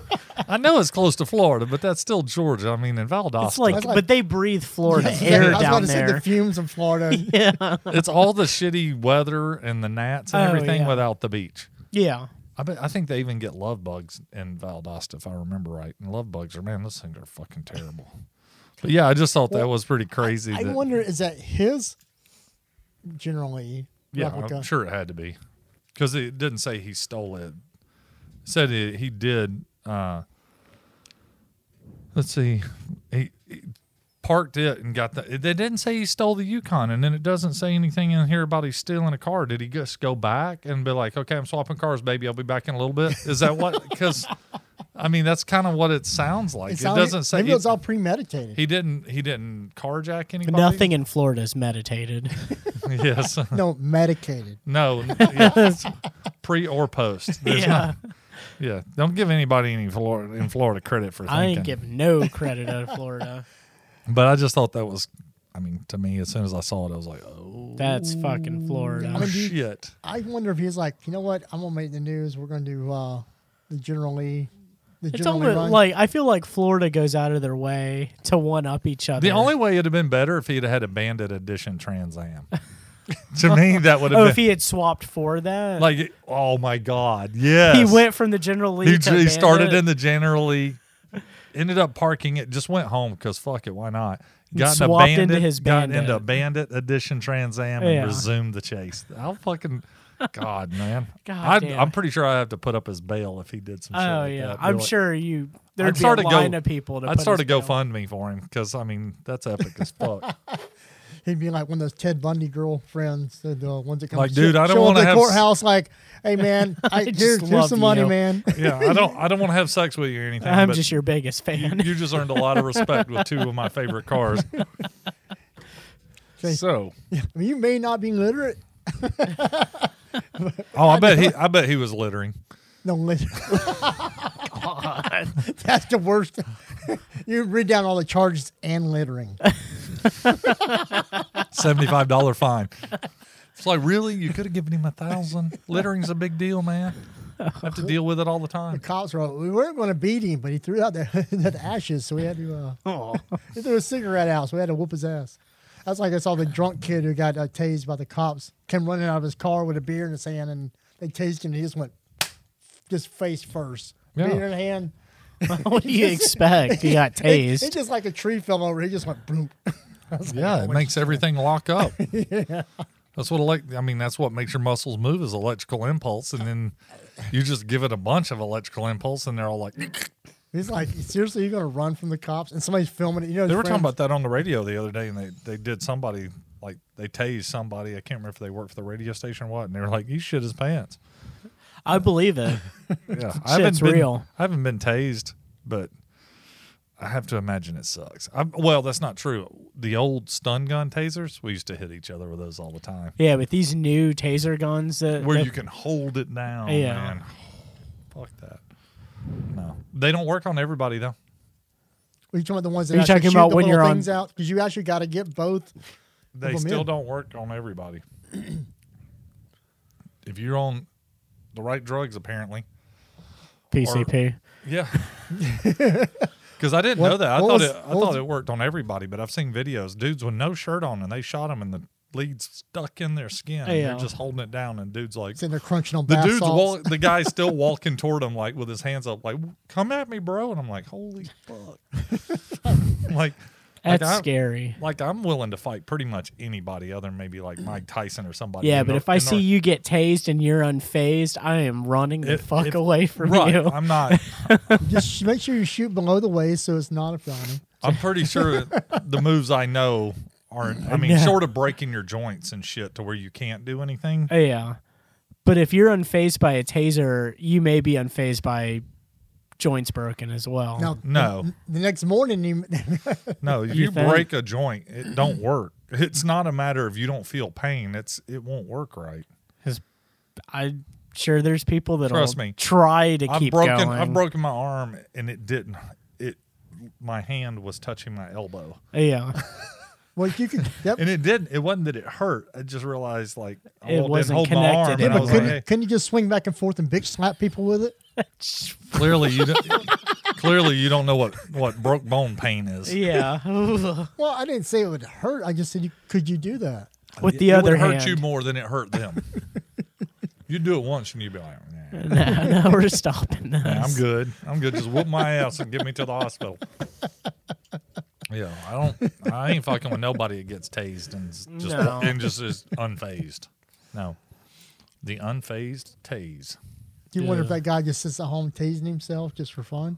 [SPEAKER 3] I know it's close to Florida, but that's still Georgia. I mean, in Valdosta,
[SPEAKER 2] it's like,
[SPEAKER 4] That's like-
[SPEAKER 2] but they breathe Florida
[SPEAKER 4] I
[SPEAKER 2] air
[SPEAKER 4] was about
[SPEAKER 2] down
[SPEAKER 4] to say the
[SPEAKER 2] there.
[SPEAKER 4] fumes of Florida.
[SPEAKER 3] it's all the shitty weather and the gnats and
[SPEAKER 2] Oh,
[SPEAKER 3] everything
[SPEAKER 2] yeah.
[SPEAKER 3] without the beach.
[SPEAKER 2] yeah.
[SPEAKER 3] I bet, I think they even get love bugs in Valdosta, if I remember right. And love bugs are man, those things are fucking terrible. But yeah, I just thought that was pretty crazy.
[SPEAKER 4] I
[SPEAKER 3] that-
[SPEAKER 4] wonder, is that his? Generally,
[SPEAKER 3] Yeah,
[SPEAKER 4] replica.
[SPEAKER 3] I'm sure it had to be because it didn't say he stole it. It said it, he did. Uh, let's see, he, he parked it and got the. They didn't say he stole the Yukon, and then it doesn't say anything in here about he stealing a car. Did he just go back and be like, "Okay, I'm swapping cars, baby. I'll be back in a little bit." Is that what? Because I mean, that's kind of what it sounds like. It,
[SPEAKER 4] sounded-
[SPEAKER 3] doesn't say
[SPEAKER 4] Maybe
[SPEAKER 3] he,
[SPEAKER 4] it was all premeditated.
[SPEAKER 3] he didn't. He didn't carjack anybody.
[SPEAKER 2] Nothing in Florida is meditated.
[SPEAKER 3] yes.
[SPEAKER 4] no, medicated.
[SPEAKER 3] No, n- yes. pre or post. There's
[SPEAKER 2] Yeah.
[SPEAKER 3] not- yeah. Don't give anybody any Florida, in Florida credit for thinking.
[SPEAKER 2] I ain't give no credit out of Florida.
[SPEAKER 3] but I just thought that was. I mean, to me, as soon as I saw it, I was like, oh,
[SPEAKER 2] That's fucking Florida.
[SPEAKER 4] I mean, do you-
[SPEAKER 3] shit.
[SPEAKER 4] I wonder if he's like, you know what? I'm gonna make the news. We're gonna do uh, the General Lee. The
[SPEAKER 2] It's
[SPEAKER 4] General Lee
[SPEAKER 2] almost
[SPEAKER 4] run.
[SPEAKER 2] like I feel like Florida goes out of their way to one up each other.
[SPEAKER 3] The only way it'd have been better if he'd have had a bandit edition Trans Am. to me, that would have
[SPEAKER 2] oh,
[SPEAKER 3] been
[SPEAKER 2] if he had swapped for that,
[SPEAKER 3] like, oh my god, yes.
[SPEAKER 2] he went from the General Lee.
[SPEAKER 3] He,
[SPEAKER 2] to
[SPEAKER 3] he started in
[SPEAKER 2] Bandit
[SPEAKER 3] the General Lee, ended up parking it, just went home because fuck it, why not? Got in a
[SPEAKER 2] swapped into
[SPEAKER 3] bandit,
[SPEAKER 2] his
[SPEAKER 3] got into a
[SPEAKER 2] Bandit.
[SPEAKER 3] bandit edition Trans Am
[SPEAKER 2] Yeah.
[SPEAKER 3] and resumed the chase. I'll fucking God, man.
[SPEAKER 2] God
[SPEAKER 3] I,
[SPEAKER 2] damn.
[SPEAKER 3] I'm pretty sure I have to put up his bail if he did some. shit
[SPEAKER 2] Oh
[SPEAKER 3] like
[SPEAKER 2] yeah,
[SPEAKER 3] that. Be
[SPEAKER 2] I'm
[SPEAKER 3] like-
[SPEAKER 2] sure you. There'd
[SPEAKER 3] I'd
[SPEAKER 2] be
[SPEAKER 3] start
[SPEAKER 2] a
[SPEAKER 3] to go-
[SPEAKER 2] line of people. To
[SPEAKER 3] I'd
[SPEAKER 2] put
[SPEAKER 3] start a
[SPEAKER 2] his down.
[SPEAKER 3] GoFundMe for him because I mean that's epic as fuck.
[SPEAKER 4] He'd be like one of those Ted Bundy girlfriends, the, the ones that come.
[SPEAKER 3] Like, dude, I don't
[SPEAKER 4] show up
[SPEAKER 3] wanna
[SPEAKER 4] at the
[SPEAKER 3] have s-
[SPEAKER 4] courthouse. Like, hey man, I,
[SPEAKER 2] just
[SPEAKER 4] here's, here's
[SPEAKER 2] love
[SPEAKER 4] some money,
[SPEAKER 2] you.
[SPEAKER 4] man.
[SPEAKER 3] yeah, I don't. I don't want to have sex with you or anything.
[SPEAKER 2] I'm
[SPEAKER 3] but
[SPEAKER 2] just your biggest fan.
[SPEAKER 3] you just earned a lot of respect with two of my favorite cars.
[SPEAKER 4] Okay.
[SPEAKER 3] So
[SPEAKER 4] I mean, you may not be literate.
[SPEAKER 3] Oh, I bet he. I bet he was littering.
[SPEAKER 4] No, literate. That's the worst. you read down all the charges and littering.
[SPEAKER 3] Seventy-five dollar fine. It's like really, you could have given him a thousand. Littering's a big deal, man. I have to deal with it all the
[SPEAKER 4] The
[SPEAKER 3] time.
[SPEAKER 4] cops were. We weren't going to beat him, but he threw out the, the ashes, so we had to. Uh,
[SPEAKER 2] Oh,
[SPEAKER 4] He threw a cigarette out, so we had to whoop his ass. That's like I saw the drunk kid who got uh, tased by the cops came running out of his car with a beer in his hand, and they tased him. And he just went just face first,
[SPEAKER 3] Yeah.
[SPEAKER 4] beer in hand.
[SPEAKER 2] what do you expect? He got
[SPEAKER 4] It, it
[SPEAKER 2] tased.
[SPEAKER 4] just like a tree fell over. He just went boom.
[SPEAKER 3] Yeah, it makes everything lock up. That's what elect. I mean, that's what makes your muscles move is electrical impulse, and then you just give it a bunch of electrical impulse, and they're all like.
[SPEAKER 4] He's like, seriously, you're gonna run from the cops? And somebody's filming it. You know, his
[SPEAKER 3] They were talking about
[SPEAKER 4] friends-
[SPEAKER 3] that on the radio the other day, and they they did somebody like they tased somebody. I can't remember if they worked for the radio station or what, and they were like, "He shit his pants."
[SPEAKER 2] I believe it.
[SPEAKER 3] Yeah,
[SPEAKER 2] Shit's
[SPEAKER 3] been,
[SPEAKER 2] real.
[SPEAKER 3] I haven't been tased, but I have to imagine it sucks. i well, that's not true. The old stun gun tasers, we used to hit each other with those all the time,
[SPEAKER 2] Yeah, with these new taser guns that,
[SPEAKER 3] where
[SPEAKER 2] that-
[SPEAKER 3] you can hold it down.
[SPEAKER 2] Yeah.
[SPEAKER 3] man. fuck that. No, they don't work on everybody though.
[SPEAKER 4] Were you talking about the ones that
[SPEAKER 2] Are you
[SPEAKER 4] actually
[SPEAKER 2] talking
[SPEAKER 4] shoot
[SPEAKER 2] about
[SPEAKER 4] the
[SPEAKER 2] when
[SPEAKER 4] little
[SPEAKER 2] you're on-
[SPEAKER 4] things out? Because you actually got to get both.
[SPEAKER 3] They
[SPEAKER 4] Of 'em
[SPEAKER 3] still
[SPEAKER 4] in.
[SPEAKER 3] don't work on everybody. if you're on the right drugs, apparently.
[SPEAKER 2] PCP.
[SPEAKER 3] Yeah. Because I didn't
[SPEAKER 4] What-
[SPEAKER 3] know that. I
[SPEAKER 4] what
[SPEAKER 3] thought
[SPEAKER 4] was-
[SPEAKER 3] it, I
[SPEAKER 4] what was-
[SPEAKER 3] thought it worked on everybody, but I've seen videos, dudes with no shirt on, and they shot them, and the leads stuck in their skin. And
[SPEAKER 2] Yeah.
[SPEAKER 3] they're just holding it down, and dudes like
[SPEAKER 4] Sitting there crunching on
[SPEAKER 3] the
[SPEAKER 4] bath
[SPEAKER 3] dudes
[SPEAKER 4] salts.
[SPEAKER 3] walk, the guy's still walking toward him like with his hands up, like "Come at me, bro," and I'm like, "Holy fuck!" like
[SPEAKER 2] That's
[SPEAKER 3] I-
[SPEAKER 2] scary.
[SPEAKER 3] Like I'm willing to fight pretty much anybody other than maybe like Mike Tyson or somebody.
[SPEAKER 2] Yeah,
[SPEAKER 3] in
[SPEAKER 2] but
[SPEAKER 3] the-
[SPEAKER 2] if I
[SPEAKER 3] in the-
[SPEAKER 2] see you get tased and you're unfazed, I am running the
[SPEAKER 3] If-
[SPEAKER 2] fuck
[SPEAKER 3] if-
[SPEAKER 2] away from
[SPEAKER 3] right,
[SPEAKER 2] you.
[SPEAKER 3] I'm not.
[SPEAKER 4] Just sh- make sure you shoot below the waist so it's not a felony.
[SPEAKER 3] I'm pretty sure the moves I know aren't. I mean,
[SPEAKER 2] Yeah.
[SPEAKER 3] short of breaking your joints and shit to where you can't do anything.
[SPEAKER 2] yeah. But if you're unfazed by a taser, you may be unfazed by joints broken as well.
[SPEAKER 4] Now,
[SPEAKER 3] Oh, No.
[SPEAKER 4] the- the next morning, you,
[SPEAKER 3] No, if
[SPEAKER 2] You
[SPEAKER 3] you
[SPEAKER 2] think?
[SPEAKER 3] break a joint, it don't work. It's not a matter of you don't feel pain. It's it won't work right.
[SPEAKER 2] I'm sure there's people that
[SPEAKER 3] Trust me.
[SPEAKER 2] try to
[SPEAKER 3] I've
[SPEAKER 2] keep
[SPEAKER 3] broken
[SPEAKER 2] going.
[SPEAKER 3] I've broken my arm and it didn't. It my hand was touching my elbow
[SPEAKER 2] yeah.
[SPEAKER 4] well, you could. That,
[SPEAKER 3] and it didn't. It wasn't that it hurt. I just realized like oh, I
[SPEAKER 2] It
[SPEAKER 3] walked in,
[SPEAKER 2] wasn't
[SPEAKER 3] hold my
[SPEAKER 2] connected
[SPEAKER 3] arm,
[SPEAKER 4] yeah,
[SPEAKER 3] and I
[SPEAKER 4] but
[SPEAKER 3] was like,
[SPEAKER 4] couldn't,
[SPEAKER 3] hey,
[SPEAKER 4] couldn't you just swing back and forth and bitch slap people with it?
[SPEAKER 3] clearly you don't, clearly you don't know what what broke bone pain is.
[SPEAKER 2] yeah.
[SPEAKER 4] Well, I didn't say it would hurt. I just said, you, could you do that?
[SPEAKER 2] With the
[SPEAKER 3] it
[SPEAKER 2] other
[SPEAKER 3] would
[SPEAKER 2] hand.
[SPEAKER 3] hurt you more than it hurt them. you do it once and you'd be like, nah,
[SPEAKER 2] no, no, we're stopping this.
[SPEAKER 3] nah, I'm good. I'm good. Just whoop my ass and get me to the hospital. Yeah, I don't. I ain't fucking with nobody that gets tased and s- just
[SPEAKER 2] No.
[SPEAKER 3] and just is unfazed. No, the unfazed tase.
[SPEAKER 4] Do you wonder if
[SPEAKER 2] Yeah.
[SPEAKER 4] that guy just sits at home tasing himself just for fun?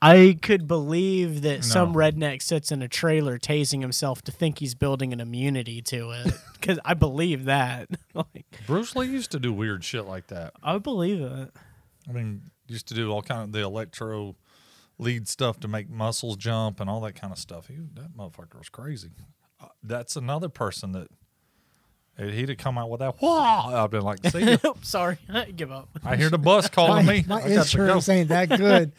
[SPEAKER 2] I could believe that some
[SPEAKER 3] No.
[SPEAKER 2] redneck sits in a trailer tasing himself to think he's building an immunity to it. Because I believe that. like,
[SPEAKER 3] Bruce Lee used to do weird shit like that.
[SPEAKER 2] I believe it.
[SPEAKER 3] I mean, used to do all kind of the electro lead stuff to make muscles jump and all that kind of stuff. He, that motherfucker was crazy. Uh, that's another person that if he'd have come out with that. Whoa! I've been like, see,
[SPEAKER 2] Oh, sorry, give up.
[SPEAKER 3] I hear the bus calling me.
[SPEAKER 4] My
[SPEAKER 3] I got to go.
[SPEAKER 4] insurance ain't that good.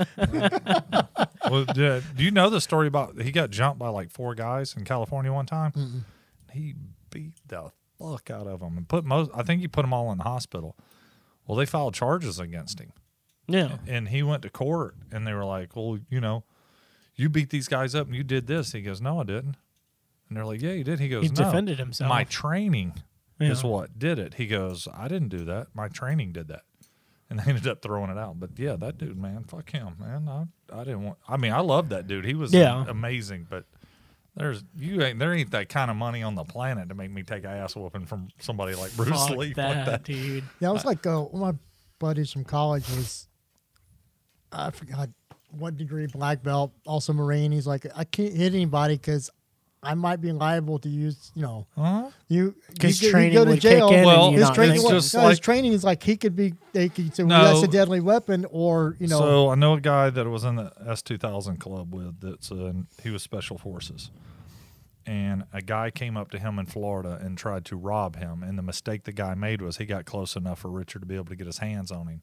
[SPEAKER 3] Well, uh, do you know the story about he got jumped by like four guys in California one time? He beat the fuck out of them and put most. I think he put them all in the hospital. Well, they filed charges against him.
[SPEAKER 2] Yeah,
[SPEAKER 3] and he went to court and they were like, Well, you know, you beat these guys up and you did this. He goes, No, I didn't. And they're like, Yeah, you did. He goes,
[SPEAKER 2] He
[SPEAKER 3] "No,
[SPEAKER 2] defended himself."
[SPEAKER 3] My training is
[SPEAKER 2] Yeah.
[SPEAKER 3] what did it. He goes, I didn't do that. My training did that. And they ended up throwing it out. But yeah, that dude, man, fuck him, man. I I didn't want I mean, I love that dude. He was
[SPEAKER 2] Yeah.
[SPEAKER 3] amazing, but there's you ain't there ain't that kind of money on the planet to make me take a ass whooping from somebody like Bruce
[SPEAKER 2] Fuck
[SPEAKER 3] Lee. Fuck
[SPEAKER 2] that,
[SPEAKER 3] that.
[SPEAKER 2] dude.
[SPEAKER 4] Yeah, I was like, uh, one of my buddies from college was, I forgot what degree, black belt, also Marine. He's like, I can't hit anybody because I might be liable to use, you know,
[SPEAKER 3] Huh?
[SPEAKER 4] you
[SPEAKER 2] Because
[SPEAKER 4] you go- you
[SPEAKER 2] training
[SPEAKER 4] go to
[SPEAKER 2] would
[SPEAKER 4] jail.
[SPEAKER 2] kick in.
[SPEAKER 3] Well,
[SPEAKER 2] and you're
[SPEAKER 4] his
[SPEAKER 2] not
[SPEAKER 4] training,
[SPEAKER 2] thinking.
[SPEAKER 3] It's
[SPEAKER 4] was,
[SPEAKER 3] just
[SPEAKER 4] no, his
[SPEAKER 3] like-
[SPEAKER 4] training is like he could be, they could say,
[SPEAKER 3] No.
[SPEAKER 4] well, that's a deadly weapon, or you know,
[SPEAKER 3] So I know a guy that was in the S two thousand club with that's uh, he was special forces, and a guy came up to him in Florida and tried to rob him. And the mistake the guy made was he got close enough for Richard to be able to get his hands on him.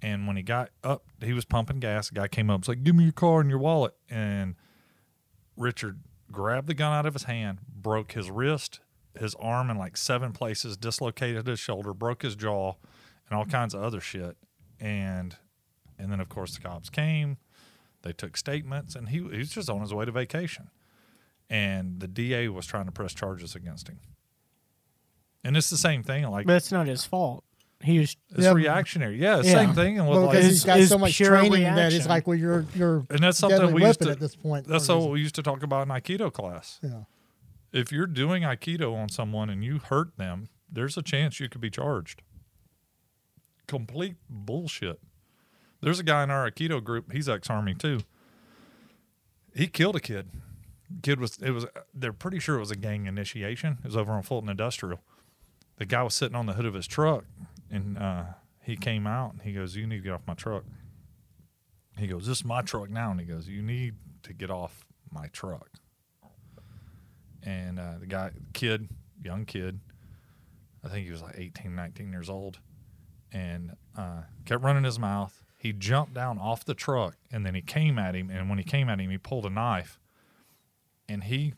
[SPEAKER 3] And when he got up, he was pumping gas. The guy came up, was like, "Give me your car and your wallet." And Richard grabbed the gun out of his hand, broke his wrist, his arm in like seven places, dislocated his shoulder, broke his jaw, and all kinds of other shit. And and then of course the cops came, they took statements, and he, he was just on his way to vacation. And the DA was trying to press charges against him. And it's the same thing, like
[SPEAKER 2] But it's not his fault. He was.
[SPEAKER 3] it's
[SPEAKER 4] Yeah.
[SPEAKER 3] reactionary. Yeah,
[SPEAKER 2] Yeah.
[SPEAKER 3] same thing. And with
[SPEAKER 4] well,
[SPEAKER 3] like,
[SPEAKER 4] because he's got
[SPEAKER 2] is
[SPEAKER 4] so much
[SPEAKER 2] pure
[SPEAKER 4] training that it's
[SPEAKER 2] reaction.
[SPEAKER 4] like, well, you're you're
[SPEAKER 3] and that's
[SPEAKER 4] deadly
[SPEAKER 3] something we used
[SPEAKER 4] weapon
[SPEAKER 3] to.
[SPEAKER 4] at this point.
[SPEAKER 3] That's
[SPEAKER 4] for
[SPEAKER 3] what
[SPEAKER 4] reason.
[SPEAKER 3] we used to talk about in Aikido class.
[SPEAKER 4] Yeah.
[SPEAKER 3] If you're doing Aikido on someone and you hurt them, there's a chance you could be charged. Complete bullshit. There's a guy in our Aikido group. He's ex-army too. He killed a kid. Kid was it was they're pretty sure it was a gang initiation. It was over on Fulton Industrial. The guy was sitting on the hood of his truck, and uh, he came out and he goes, "You need to get off my truck." He goes, "This is my truck now," and he goes, "You need to get off my truck." And uh, the guy, kid, young kid, I think he was like 18, 19 years old, and uh, kept running his mouth. He jumped down off the truck and then he came at him. And when he came at him, he pulled a knife and he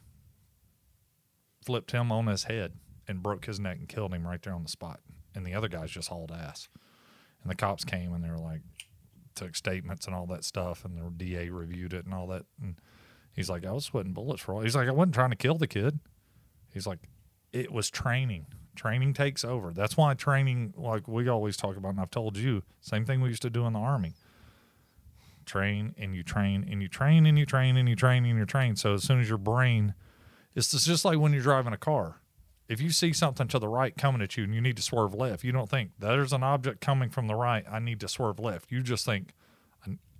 [SPEAKER 3] flipped him on his head and broke his neck and killed him right there on the spot. And the other guys just hauled ass. And the cops came and they were like, took statements and all that stuff. And the DA reviewed it and all that. And he's like, I was sweating bullets for all. He's like, I wasn't trying to kill the kid. He's like, it was training. Training takes over. That's why training, like we always talk about, and I've told you, same thing we used to do in the army. train and you train and you train and you train and you train and you train. So as soon as your brain, it's just- just like when you're driving a car. If you see something to the right coming at you and you need to swerve left, you don't think there's an object coming from the right. I need to swerve left. You just think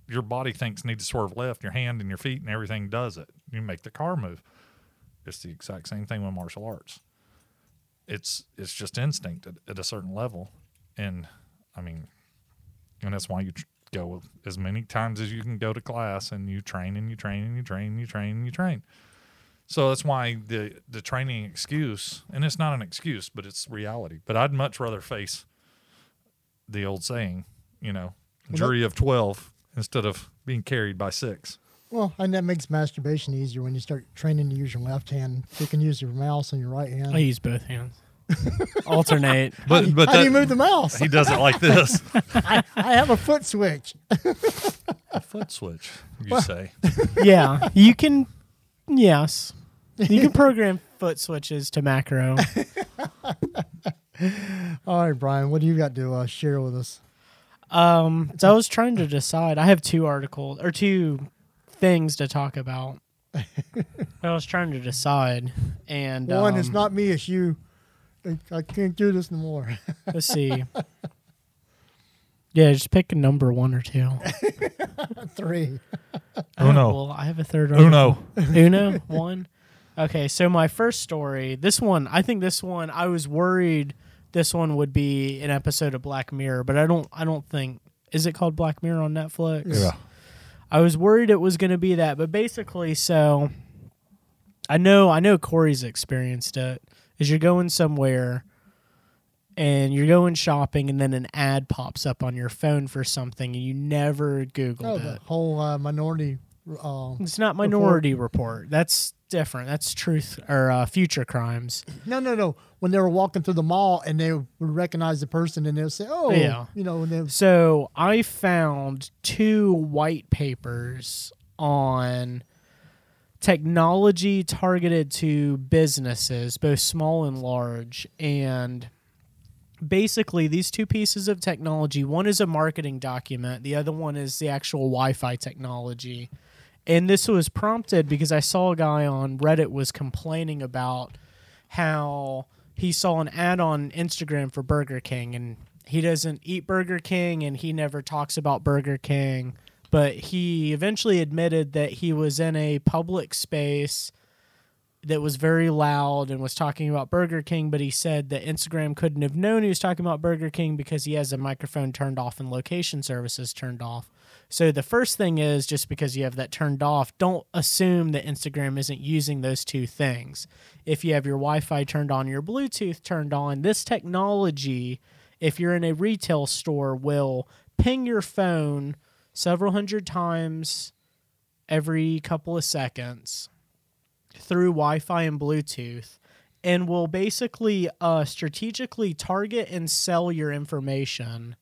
[SPEAKER 3] your body thinks need to swerve left. Your hand and your feet and everything does it. You make the car move. It's the exact same thing with martial arts it's it's just instinct at, at a certain level and i mean and that's why you tr- go as many times as you can go to class and you train and you train and you train and you train and you train so that's why the the training excuse and it's not an excuse but it's reality but i'd much rather face the old saying you know jury of 12 instead of being carried by six
[SPEAKER 4] Well, and that makes masturbation easier when you start training to use your left hand. You can use your mouse and your right hand.
[SPEAKER 2] I use both hands. Alternate.
[SPEAKER 3] but but
[SPEAKER 4] How do you
[SPEAKER 3] that,
[SPEAKER 4] move the mouse?
[SPEAKER 3] he does it like this
[SPEAKER 4] I have a foot switch.
[SPEAKER 3] a foot switch you say
[SPEAKER 2] yeah, you can. Yes, you can program foot switches to macro.
[SPEAKER 4] All right, Brian, what do you got to uh, share with us?
[SPEAKER 2] Um, so I was trying to decide. I have two articles or two things to talk about. I was trying to decide, and
[SPEAKER 4] One, it's
[SPEAKER 2] um,
[SPEAKER 4] not me, it's you. I, I can't do this no more.
[SPEAKER 2] Let's see. Yeah, just pick a number one or two.
[SPEAKER 4] Three.
[SPEAKER 2] Oh
[SPEAKER 3] Uno.
[SPEAKER 2] Well, I have a third.
[SPEAKER 3] uno
[SPEAKER 2] article. Uno. One. Okay, so my first story. This one, I think this one, I was worried this one would be an episode of Black Mirror, but I don't. I don't think. Is it called Black Mirror on Netflix? I was worried it was going to be that, but basically, so I know I know Corey's experienced it. Is you're going somewhere and you're going shopping, and then an ad pops up on your phone for something, and you never
[SPEAKER 4] Oh,
[SPEAKER 2] Googled
[SPEAKER 4] the
[SPEAKER 2] it.
[SPEAKER 4] whole uh, minority. Uh,
[SPEAKER 2] It's not Minority Report. That's different. That's Truth or uh, Future Crimes.
[SPEAKER 4] no, no, no. When they were walking through the mall and they would recognize the person and they'll say, oh,
[SPEAKER 2] Yeah.
[SPEAKER 4] you know, and they,
[SPEAKER 2] So I found two white papers on technology targeted to businesses, both small and large. And basically, these two pieces of technology one is a marketing document, the other one is the actual Wi Fi technology. And this was prompted because I saw a guy on Reddit was complaining about how he saw an ad on Instagram for Burger King and he doesn't eat Burger King and he never talks about Burger King. But he eventually admitted that he was in a public space that was very loud and was talking about Burger King, but he said that Instagram couldn't have known he was talking about Burger King because he has a microphone turned off and location services turned off. So the first thing is just because you have that turned off, don't assume that Instagram isn't using those two things. If you have your Wi Fi turned on, your Bluetooth turned on, this technology, if you're in a retail store, will ping your phone several hundred times every couple of seconds through Wi-Fi and Bluetooth, and will basically uh, strategically target and sell your information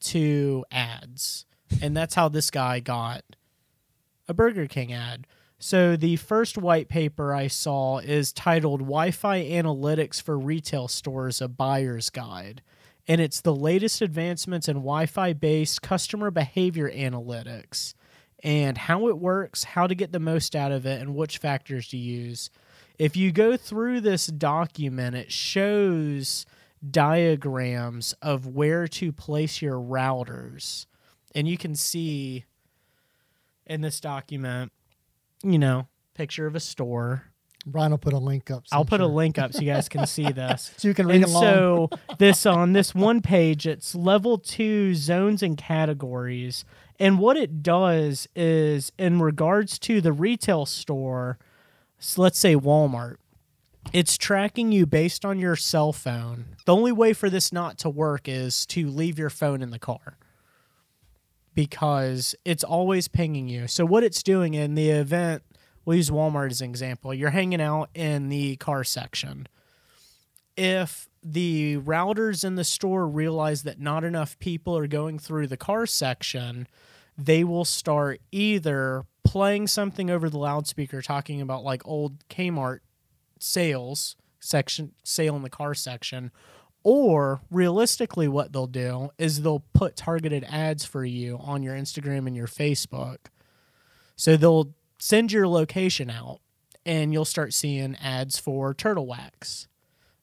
[SPEAKER 2] to ads, and that's how this guy got a Burger King ad. So the first white paper I saw is titled "Wi-Fi Analytics for Retail Stores: A Buyer's Guide." And it's the latest advancements in Wi Fi based customer behavior analytics and how it works, how to get the most out of it, and which factors to use. If you go through this document, it shows diagrams of where to place your routers. And you can see in this document, you know, picture of a store.
[SPEAKER 4] Brian will put a link up. so
[SPEAKER 2] I'll
[SPEAKER 4] I'm
[SPEAKER 2] put a
[SPEAKER 4] sure.
[SPEAKER 2] link up so you guys can see this.
[SPEAKER 4] So you can read
[SPEAKER 2] and
[SPEAKER 4] along.
[SPEAKER 2] so this on this one page, it's level two zones and categories. And what it does is, in regards to the retail store, so let's say Walmart, it's tracking you based on your cell phone. The only way for this not to work is to leave your phone in the car because it's always pinging you. So what it's doing in the event, we'll use Walmart as an example. You're hanging out in the car section. If the routers in the store realize that not enough people are going through the car section, they will start either playing something over the loudspeaker talking about like old Kmart sales section sale in the car section Or realistically, what they'll do is they'll put targeted ads for you on your Instagram and your Facebook. So they'll send your location out and you'll start seeing ads for turtle wax.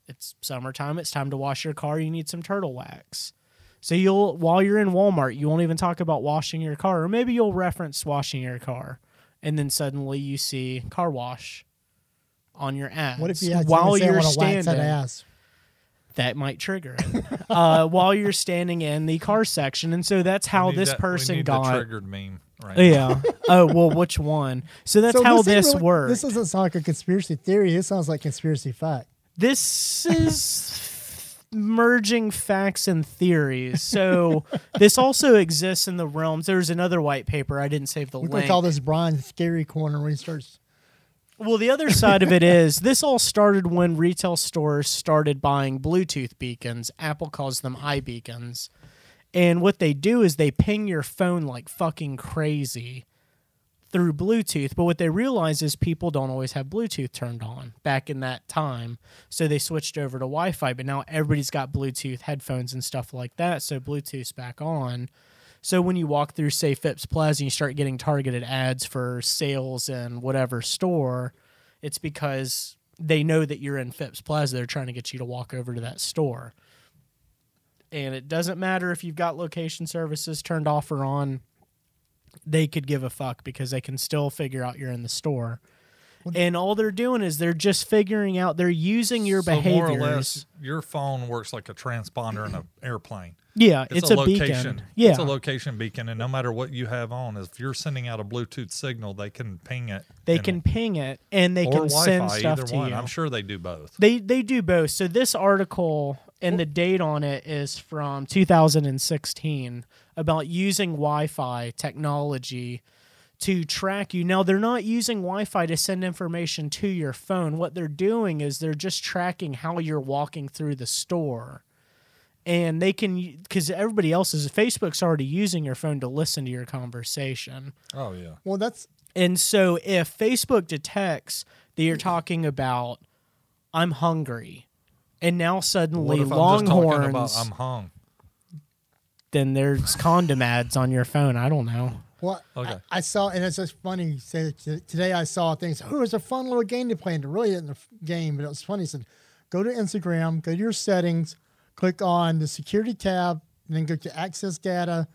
[SPEAKER 2] It's summertime, it's time to wash your car, you need some turtle wax. So you'll while you're in Walmart, you won't even talk about washing your car or maybe you'll reference washing your car and then suddenly you see car wash on your ads.
[SPEAKER 4] What if you actually
[SPEAKER 2] while
[SPEAKER 4] say, I
[SPEAKER 2] you're
[SPEAKER 4] want to wax that
[SPEAKER 2] standing
[SPEAKER 4] ass?
[SPEAKER 2] that might trigger it uh, while you're standing in the car section. And so that's how
[SPEAKER 3] We need
[SPEAKER 2] this
[SPEAKER 3] that- we
[SPEAKER 2] person
[SPEAKER 3] need the
[SPEAKER 2] got.
[SPEAKER 3] triggered meme. Right.
[SPEAKER 2] Yeah. oh well, which one? So that's
[SPEAKER 4] So
[SPEAKER 2] how
[SPEAKER 4] ain't
[SPEAKER 2] this,
[SPEAKER 4] really-
[SPEAKER 2] works.
[SPEAKER 4] This doesn't sound like a conspiracy theory. This sounds like conspiracy fact.
[SPEAKER 2] this is merging facts and theories. So this also exists in the realms. There's another white paper. I didn't save the
[SPEAKER 4] We're going
[SPEAKER 2] link.
[SPEAKER 4] to call this Brian's scary corner when he starts.
[SPEAKER 2] Well, the other side of it is this all started when retail stores started buying Bluetooth beacons. Apple calls them iBeacons. And what they do is they ping your phone like fucking crazy through Bluetooth. But what they realize is people don't always have Bluetooth turned on back in that time. So they switched over to Wi Fi. But now everybody's got Bluetooth headphones and stuff like that. So Bluetooth's back on. So when you walk through, say, Phipps Plaza, and you start getting targeted ads for sales in whatever store, it's because they know that you're in Phipps Plaza. They're trying to get you to walk over to that store. And it doesn't matter if you've got location services turned off or on, they could give a fuck because they can still figure out you're in the store. And all they're doing is they're just figuring out, they're using your
[SPEAKER 3] so
[SPEAKER 2] behaviors.
[SPEAKER 3] more or less, your phone works like a transponder in an airplane.
[SPEAKER 2] yeah, it's, a,
[SPEAKER 3] location.
[SPEAKER 2] beacon. Yeah.
[SPEAKER 3] It's a location beacon, and no matter what you have on, if you're sending out a Bluetooth signal, they can ping it.
[SPEAKER 2] They
[SPEAKER 3] and-
[SPEAKER 2] can ping it and they
[SPEAKER 3] or
[SPEAKER 2] can
[SPEAKER 3] Wi-Fi,
[SPEAKER 2] send stuff
[SPEAKER 3] either
[SPEAKER 2] to
[SPEAKER 3] one.
[SPEAKER 2] you.
[SPEAKER 3] I'm sure they do both.
[SPEAKER 2] They they do both. So this article and the date on it is from 2016 about using Wi-Fi technology to track you. Now they're not using Wi-Fi to send information to your phone. What they're doing is they're just tracking how you're walking through the store. And they can, because everybody else is, Facebook's already using your phone to listen to your conversation.
[SPEAKER 3] Oh yeah.
[SPEAKER 4] Well, that's
[SPEAKER 2] And so if Facebook detects that you're talking about I'm hungry and now
[SPEAKER 3] What
[SPEAKER 2] suddenly
[SPEAKER 3] if I'm just talking about
[SPEAKER 2] longhorns
[SPEAKER 3] I'm hung?
[SPEAKER 2] then there's condom ads on your phone, I don't know.
[SPEAKER 4] Well,
[SPEAKER 3] Okay.
[SPEAKER 4] I, I saw, and it's just funny. You said t- today I saw things. Oh, it's a fun little game to play. And it really isn't a f- game, but it was funny. It said, go to Instagram, go to your settings, click on the security tab, and then go to access data.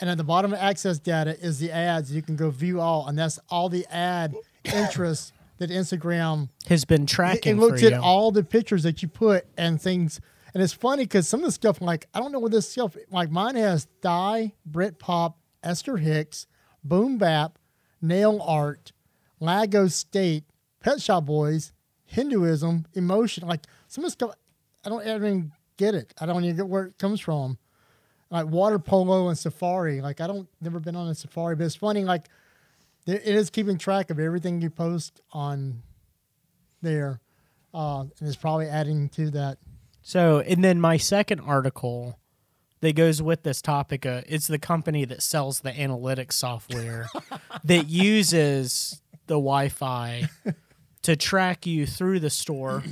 [SPEAKER 4] And at the bottom of access data is the ads. You can go view all, and that's all the ad interest that Instagram
[SPEAKER 2] Has been
[SPEAKER 4] it,
[SPEAKER 2] tracking
[SPEAKER 4] it looks
[SPEAKER 2] for
[SPEAKER 4] at
[SPEAKER 2] you.
[SPEAKER 4] all the pictures that you put and things. And it's funny because some of the stuff, like I don't know what this stuff, like mine has Thai, Britpop, Esther Hicks, Boom Bap, Nail Art, Lago State, Pet Shop Boys, Hinduism, Emotion. Like some of the stuff, I don't even get it. I don't even get where it comes from. Like water polo and safari. Like I don't never been on a safari, but it's funny. Like there- it is keeping track of everything you post on there, uh, and it's probably adding to that.
[SPEAKER 2] So, and then my second article that goes with this topic uh, it's the company that sells the analytics software that uses the Wi-Fi to track you through the store.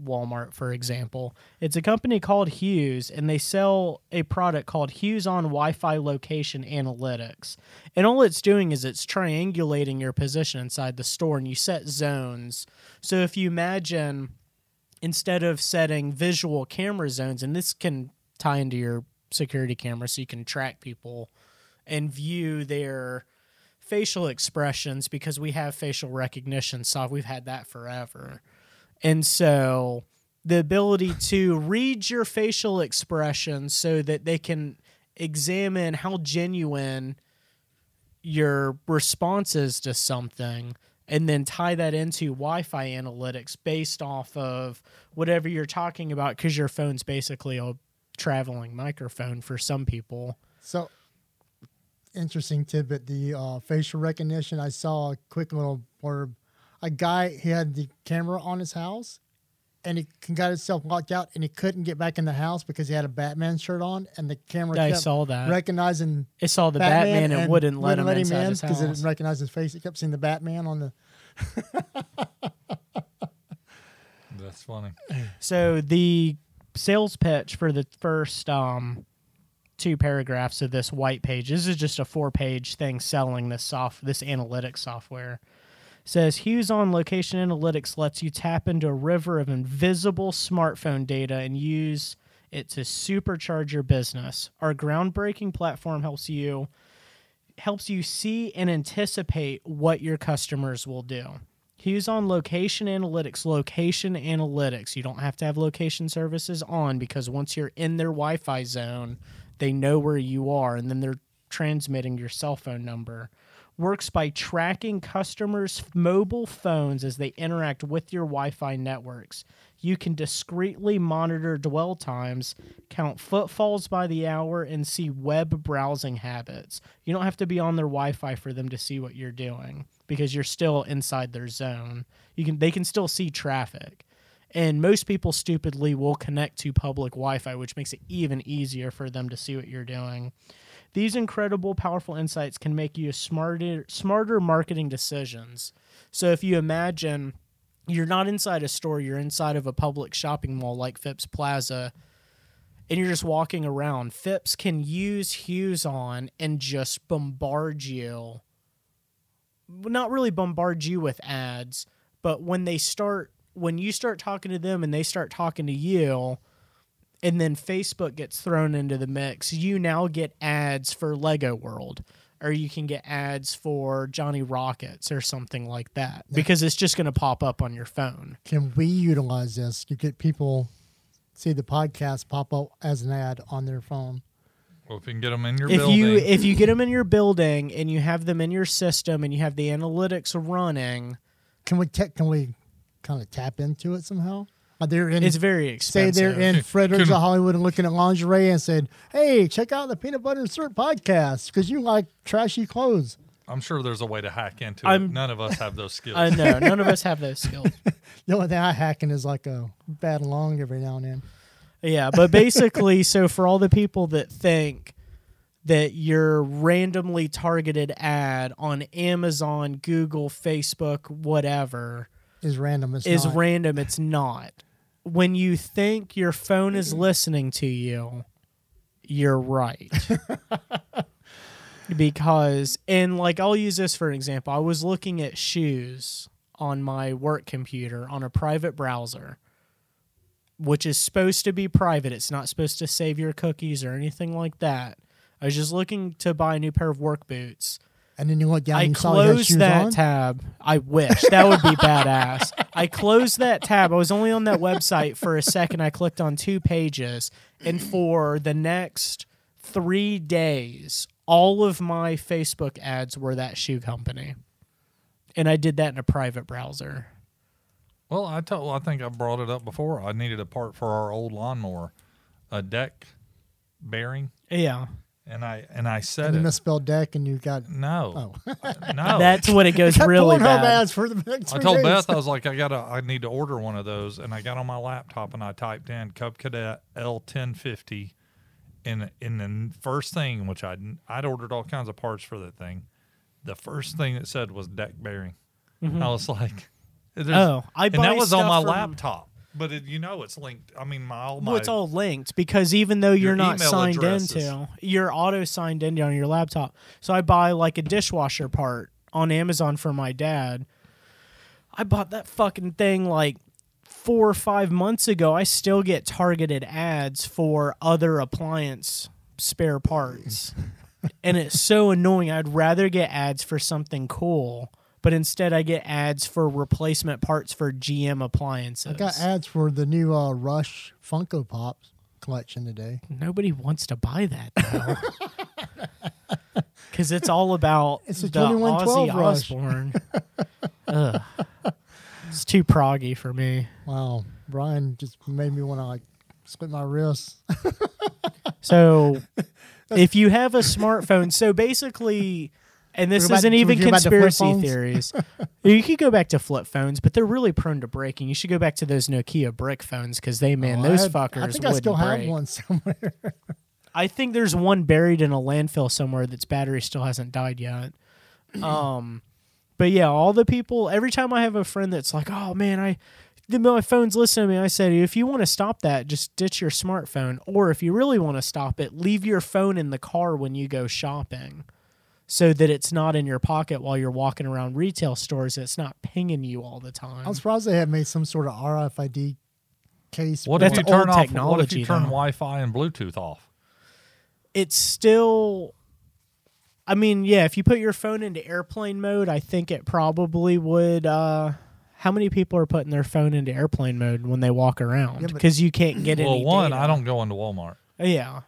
[SPEAKER 2] Walmart, for example, it's a company called Hughes, and they sell a product called Hughes on Wi-Fi Location Analytics. And all it's doing is it's triangulating your position inside the store, and you set zones. So if you imagine instead of setting visual camera zones, and this can tie into your security camera so you can track people and view their facial expressions because we have facial recognition software. We've had that forever. And so the ability to read your facial expressions so that they can examine how genuine your responses to something and then tie that into Wi-Fi analytics based off of whatever you're talking about cuz your phone's basically a traveling microphone for some people.
[SPEAKER 4] So, interesting tidbit: the uh, facial recognition. I saw a quick little blurb. A guy he had the camera on his house, and he c- got himself locked out, and he couldn't get back in the house because he had a Batman shirt on, and the camera.
[SPEAKER 2] I
[SPEAKER 4] kept
[SPEAKER 2] saw that.
[SPEAKER 4] recognizing
[SPEAKER 2] It saw the
[SPEAKER 4] Batman,
[SPEAKER 2] Batman, and, wouldn't let him inside his house.
[SPEAKER 4] because it didn't recognize his face. It kept seeing the Batman on the.
[SPEAKER 3] That's funny.
[SPEAKER 2] So the sales pitch for the first um, two paragraphs of this white page. This is just a four-page thing selling this soft this analytics software. Says Hughes on Location Analytics lets you tap into a river of invisible smartphone data and use it to supercharge your business. Our groundbreaking platform helps you helps you see and anticipate what your customers will do. Hughes on location analytics, location analytics. You don't have to have location services on because once you're in their Wi Fi zone, they know where you are and then they're transmitting your cell phone number. Works by tracking customers' mobile phones as they interact with your Wi Fi networks. You can discreetly monitor dwell times, count footfalls by the hour, and see web browsing habits. You don't have to be on their Wi-Fi for them to see what you're doing because you're still inside their zone. You can they can still see traffic. And most people stupidly will connect to public Wi-Fi, which makes it even easier for them to see what you're doing. These incredible, powerful insights can make you smarter, smarter marketing decisions. So if you imagine you're not inside a store, you're inside of a public shopping mall like Phipps Plaza, and you're just walking around. Phipps can use Hughes on and just bombard you. Not really bombard you with ads, but when they start, when you start talking to them and they start talking to you, and then Facebook gets thrown into the mix, you now get ads for Lego World or you can get ads for Johnny Rockets or something like that because it's just going to pop up on your phone.
[SPEAKER 4] Can we utilize this? You get people see the podcast pop up as an ad on their phone.
[SPEAKER 3] Well, if you can get them in your
[SPEAKER 2] if
[SPEAKER 3] building,
[SPEAKER 2] you if you get them in your building and you have them in your system and you have the analytics running,
[SPEAKER 4] Can we te- can we kind of tap into it somehow? Are they in
[SPEAKER 2] it's very
[SPEAKER 4] say
[SPEAKER 2] expensive.
[SPEAKER 4] they're in Frederick's
[SPEAKER 3] Can-
[SPEAKER 4] of Hollywood and looking at lingerie and said, "Hey, check out the peanut butter and syrup podcast because you like trashy clothes."
[SPEAKER 3] I'm sure there's a way to hack into it.
[SPEAKER 2] I'm-
[SPEAKER 3] None of us have those skills.
[SPEAKER 2] I know none of us have those skills.
[SPEAKER 4] The only thing I hacking is like a bad long every now and then.
[SPEAKER 2] Yeah, but basically, so for all the people that think that your randomly targeted ad on Amazon, Google, Facebook, whatever,
[SPEAKER 4] Is random. It's
[SPEAKER 2] is
[SPEAKER 4] not.
[SPEAKER 2] random. It's not. When you think your phone is listening to you, you're right. because, and like, I'll use this for an example. I was looking at shoes on my work computer on a private browser, which is supposed to be private. It's not supposed to save your cookies or anything like that. I was just looking to buy a new pair of work boots.
[SPEAKER 4] and then you look down
[SPEAKER 2] I
[SPEAKER 4] and you saw you had
[SPEAKER 2] closed
[SPEAKER 4] shoes
[SPEAKER 2] that
[SPEAKER 4] on.
[SPEAKER 2] tab. I wish that would be badass. I closed that tab. I was only on that website for a second. I clicked on two pages, and for the next three days, all of my Facebook ads were that shoe company, and I did that in a private browser.
[SPEAKER 3] Well, I told I think I brought it up before. I needed a part for our old lawnmower, a deck bearing,
[SPEAKER 2] Yeah,
[SPEAKER 3] and I and I said
[SPEAKER 4] and you
[SPEAKER 3] it.
[SPEAKER 4] misspelled deck, and you got
[SPEAKER 3] no,
[SPEAKER 2] Oh.
[SPEAKER 3] no.
[SPEAKER 2] that's when it goes
[SPEAKER 4] Got
[SPEAKER 2] really
[SPEAKER 4] Pornhub
[SPEAKER 2] bad.
[SPEAKER 4] ads for the next
[SPEAKER 3] I
[SPEAKER 4] three
[SPEAKER 3] told
[SPEAKER 4] days.
[SPEAKER 3] Beth I was like, I gotta, I need to order one of those, and I got on my laptop and I typed in Cub Cadet L ten fifty, and in the first thing, which I I'd ordered all kinds of parts for that thing, the first thing it said was deck bearing. I was like, there's-
[SPEAKER 2] Mm-hmm. Oh, I
[SPEAKER 3] and
[SPEAKER 2] buy
[SPEAKER 3] that was on
[SPEAKER 2] stuff
[SPEAKER 3] my
[SPEAKER 2] from-
[SPEAKER 3] laptop, but it, you know it's linked. I mean, my all Oh my
[SPEAKER 2] Well, it's all linked because even though you're
[SPEAKER 3] Your
[SPEAKER 2] not
[SPEAKER 3] email
[SPEAKER 2] signed
[SPEAKER 3] addresses.
[SPEAKER 2] into, you're auto signed into on your laptop. So I buy like a dishwasher part on Amazon for my dad. I bought that fucking thing like four or five months ago. I still get targeted ads for other appliance spare parts. and it's so annoying. I'd rather get ads for something cool, but instead I get ads for replacement parts for GM appliances.
[SPEAKER 4] I got ads for the new uh, Rush Funko Pops collection today.
[SPEAKER 2] Nobody wants to buy that because it's all about
[SPEAKER 4] It's a
[SPEAKER 2] the
[SPEAKER 4] 2112
[SPEAKER 2] Ozzy
[SPEAKER 4] rush.
[SPEAKER 2] Osbourne. Ugh. It's too proggy for me.
[SPEAKER 4] Wow, Brian just made me want to like split my wrists.
[SPEAKER 2] So, if you have a smartphone, so basically, and this
[SPEAKER 4] We're about-
[SPEAKER 2] isn't
[SPEAKER 4] should we
[SPEAKER 2] even
[SPEAKER 4] go back to flip
[SPEAKER 2] conspiracy
[SPEAKER 4] phones?
[SPEAKER 2] theories, you could go back to flip phones, but they're really prone to breaking. You should go back to those Nokia brick phones because they, man,
[SPEAKER 4] Well, Oh, I
[SPEAKER 2] those
[SPEAKER 4] had-
[SPEAKER 2] fuckers
[SPEAKER 4] I think
[SPEAKER 2] would
[SPEAKER 4] I still
[SPEAKER 2] break.
[SPEAKER 4] have one somewhere.
[SPEAKER 2] I think there's one buried in a landfill somewhere that's battery still hasn't died yet. Um, but yeah, all the people. Every time I have a friend that's like, "Oh man, I the, my phone's listening to me. I said, if you want to stop that, just ditch your smartphone. Or if you really want to stop it, leave your phone in the car when you go shopping so that it's not in your pocket while you're walking around retail stores. It's not pinging you all the time.
[SPEAKER 4] I'm surprised they have made some sort of RFID case.
[SPEAKER 3] What
[SPEAKER 4] for
[SPEAKER 3] if
[SPEAKER 2] That's
[SPEAKER 3] you
[SPEAKER 4] it.
[SPEAKER 2] old
[SPEAKER 3] turn off? What if
[SPEAKER 2] technology,
[SPEAKER 3] you turn
[SPEAKER 2] though.
[SPEAKER 3] Wi-Fi and Bluetooth off?
[SPEAKER 2] it's still I mean, yeah, if you put your phone into airplane mode, I think it probably would uh how many people are putting their phone into airplane mode when they walk around
[SPEAKER 4] but-
[SPEAKER 2] because you can't get
[SPEAKER 3] Well,
[SPEAKER 2] any
[SPEAKER 3] one,
[SPEAKER 2] data. Oh,
[SPEAKER 3] I don't go into Walmart.
[SPEAKER 2] Yeah.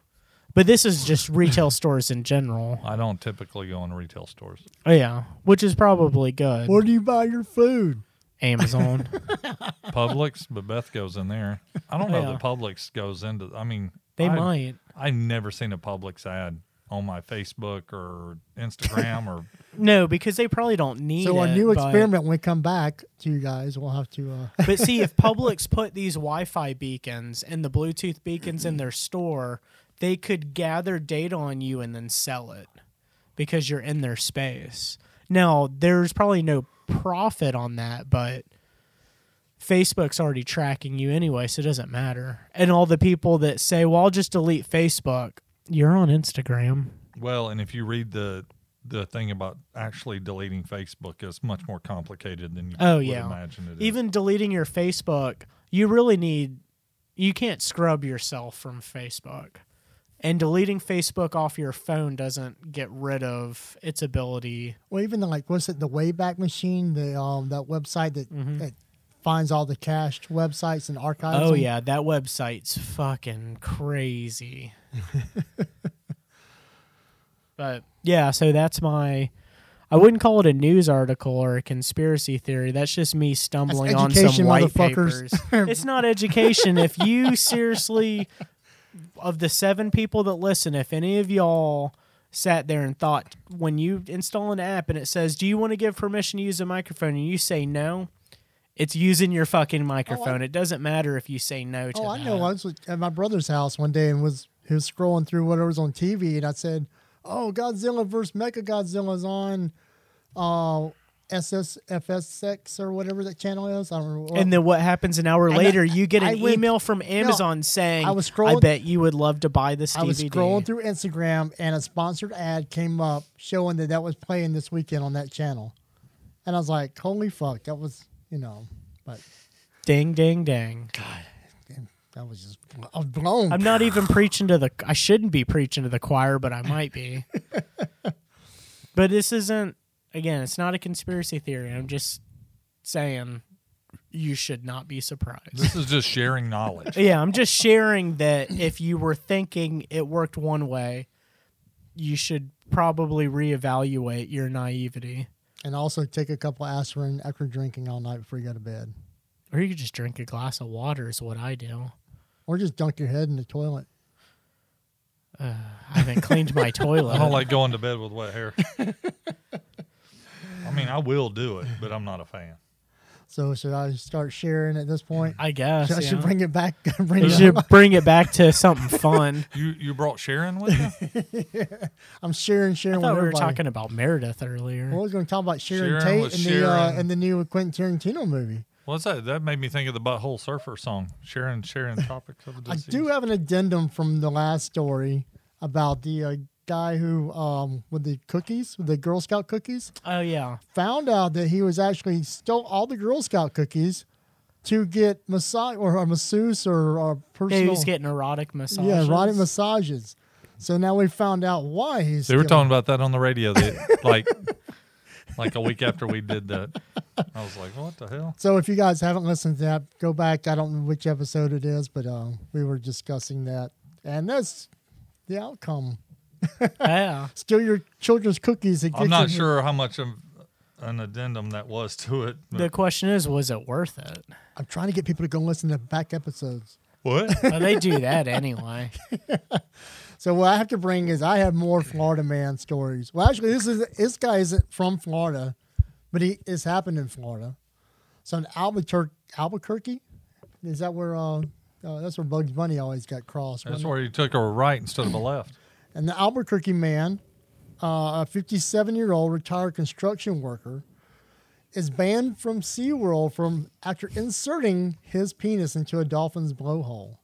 [SPEAKER 2] But this is just retail stores in general. Oh,
[SPEAKER 3] I don't typically go into retail stores.
[SPEAKER 2] Yeah, which is probably good.
[SPEAKER 4] Where do you buy your food?
[SPEAKER 2] Amazon.
[SPEAKER 3] Publix, but Beth goes in there. I don't know
[SPEAKER 2] Yeah.
[SPEAKER 3] that Publix goes into. I mean,
[SPEAKER 2] They
[SPEAKER 3] I,
[SPEAKER 2] might.
[SPEAKER 3] I've never seen a Publix ad on my Facebook or Instagram or
[SPEAKER 2] No, because they probably don't need
[SPEAKER 4] So our
[SPEAKER 2] it,
[SPEAKER 4] new
[SPEAKER 2] but-
[SPEAKER 4] experiment when we come back to you guys, we'll have to. Uh,
[SPEAKER 2] But see, if Publix put these Wi-Fi beacons and the Bluetooth beacons in their store, they could gather data on you and then sell it because you're in their space. Now, there's probably no profit on that, but Facebook's already tracking you anyway, so it doesn't matter. And all the people that say, "Well, I'll just delete Facebook," you're on Instagram.
[SPEAKER 3] well. And if you read the the thing about actually deleting Facebook, it's much more complicated than you
[SPEAKER 2] Oh,
[SPEAKER 3] would
[SPEAKER 2] yeah.
[SPEAKER 3] imagine it is.
[SPEAKER 2] Even deleting your Facebook, you really need you can't scrub yourself from Facebook. And deleting Facebook off your phone doesn't get rid of its ability.
[SPEAKER 4] well, even the, like what's it? The Wayback Machine, the um, that website that, that finds all the cached websites and archives.
[SPEAKER 2] Mm-hmm. Oh
[SPEAKER 4] them.
[SPEAKER 2] yeah, that website's fucking crazy. but yeah, so that's my I wouldn't call it a news article or a conspiracy theory. That's just me stumbling on some
[SPEAKER 4] education,
[SPEAKER 2] white
[SPEAKER 4] motherfuckers.
[SPEAKER 2] papers. it's not education. If you seriously, of the seven people that listen, if any of y'all sat there and thought, when you install an app and it says, "Do you want to give permission to use a microphone?" and you say no, it's using your fucking microphone. it doesn't matter if you say no to
[SPEAKER 4] Oh,
[SPEAKER 2] that.
[SPEAKER 4] I know. I was with- at my brother's house one day and was he was scrolling through whatever was on TV, and I said, "Oh, Godzilla versus Mecha Godzilla is on uh, SSFS6 or whatever that channel is. I don't remember." what-
[SPEAKER 2] And then what happens an hour
[SPEAKER 4] And
[SPEAKER 2] later?
[SPEAKER 4] I-
[SPEAKER 2] you get
[SPEAKER 4] I
[SPEAKER 2] an
[SPEAKER 4] went-
[SPEAKER 2] email from Amazon saying,
[SPEAKER 4] I was scrolling-
[SPEAKER 2] bet you would love to buy this DVD."
[SPEAKER 4] I was scrolling through Instagram, and a sponsored ad came up showing that that was playing this weekend on that channel, and I was like, "Holy fuck!" That was you know, but
[SPEAKER 2] Ding, ding, ding.
[SPEAKER 4] that was just I was blown.
[SPEAKER 2] I'm not even preaching to the. I shouldn't be preaching to the choir, but I might be. but this isn't. Again, it's not a conspiracy theory. I'm just saying you should not be surprised.
[SPEAKER 3] this is just sharing knowledge.
[SPEAKER 2] yeah, I'm just sharing that if you were thinking it worked one way, you should probably reevaluate your naivety,
[SPEAKER 4] and also take a couple aspirin after drinking all night before you go to bed,
[SPEAKER 2] or you could just drink a glass of water. Is what I do.
[SPEAKER 4] or just dunk your head in the toilet.
[SPEAKER 2] I haven't cleaned my toilet.
[SPEAKER 3] I don't like going to bed with wet hair. I mean, I will do it, but I'm not a fan.
[SPEAKER 4] So should I start sharing at this point?
[SPEAKER 2] I guess.
[SPEAKER 4] I should
[SPEAKER 2] yeah.
[SPEAKER 4] bring it back. Bring
[SPEAKER 2] you
[SPEAKER 4] it
[SPEAKER 2] should
[SPEAKER 4] up.
[SPEAKER 2] bring it back to something fun.
[SPEAKER 3] You you brought Sharon with you?
[SPEAKER 4] I'm sharing, sharing.
[SPEAKER 2] I thought
[SPEAKER 4] with
[SPEAKER 2] we were
[SPEAKER 4] everybody.
[SPEAKER 2] talking about Meredith earlier.
[SPEAKER 4] Oh, Well, I was going to talk about Sharon,
[SPEAKER 3] Sharon
[SPEAKER 4] Tate
[SPEAKER 3] was
[SPEAKER 4] and the uh,
[SPEAKER 3] sharing.
[SPEAKER 4] and the new Quentin Tarantino movie.
[SPEAKER 3] What's that? That made me think of the Butthole Surfer song. Sharon, Sharon, topics of
[SPEAKER 4] I
[SPEAKER 3] disease.
[SPEAKER 4] do have an addendum from the last story about the uh, guy who um with the cookies, with the Girl Scout cookies,
[SPEAKER 2] oh yeah,
[SPEAKER 4] found out that he was actually stole all the Girl Scout cookies to get massage or a masseuse or a
[SPEAKER 2] yeah,
[SPEAKER 4] personal
[SPEAKER 2] he was getting erotic massages.
[SPEAKER 4] yeah erotic massages. So now we found out why he's.
[SPEAKER 3] They were
[SPEAKER 4] stealing-
[SPEAKER 3] talking about that on the radio, that, like, like a week after we did that. I was like, "What the hell?"
[SPEAKER 4] So if you guys haven't listened to that, go back. I don't know which episode it is, but uh, we were discussing that, and that's the outcome.
[SPEAKER 2] Yeah,
[SPEAKER 4] Steal your children's cookies. and
[SPEAKER 3] I'm
[SPEAKER 4] get
[SPEAKER 3] not
[SPEAKER 4] your-
[SPEAKER 3] sure how much of an addendum that was to it. but-
[SPEAKER 2] the question is, was it worth it?
[SPEAKER 4] I'm trying to get people to go listen to back episodes.
[SPEAKER 3] what?
[SPEAKER 2] Well, they do that anyway.
[SPEAKER 4] So what I have to bring is I have more Florida man stories. Well, actually, this is this guy isn't from Florida, but he it's happened in Florida. So in Albuquerque, Albuquerque, is that where? Uh, uh, that's where Bugs Bunny always got crossed.
[SPEAKER 3] That's
[SPEAKER 4] wasn't it?
[SPEAKER 3] where you took a right instead of a left.
[SPEAKER 4] And the Albuquerque man, uh, a 57 year old retired construction worker, is banned from SeaWorld from after inserting his penis into a dolphin's blowhole.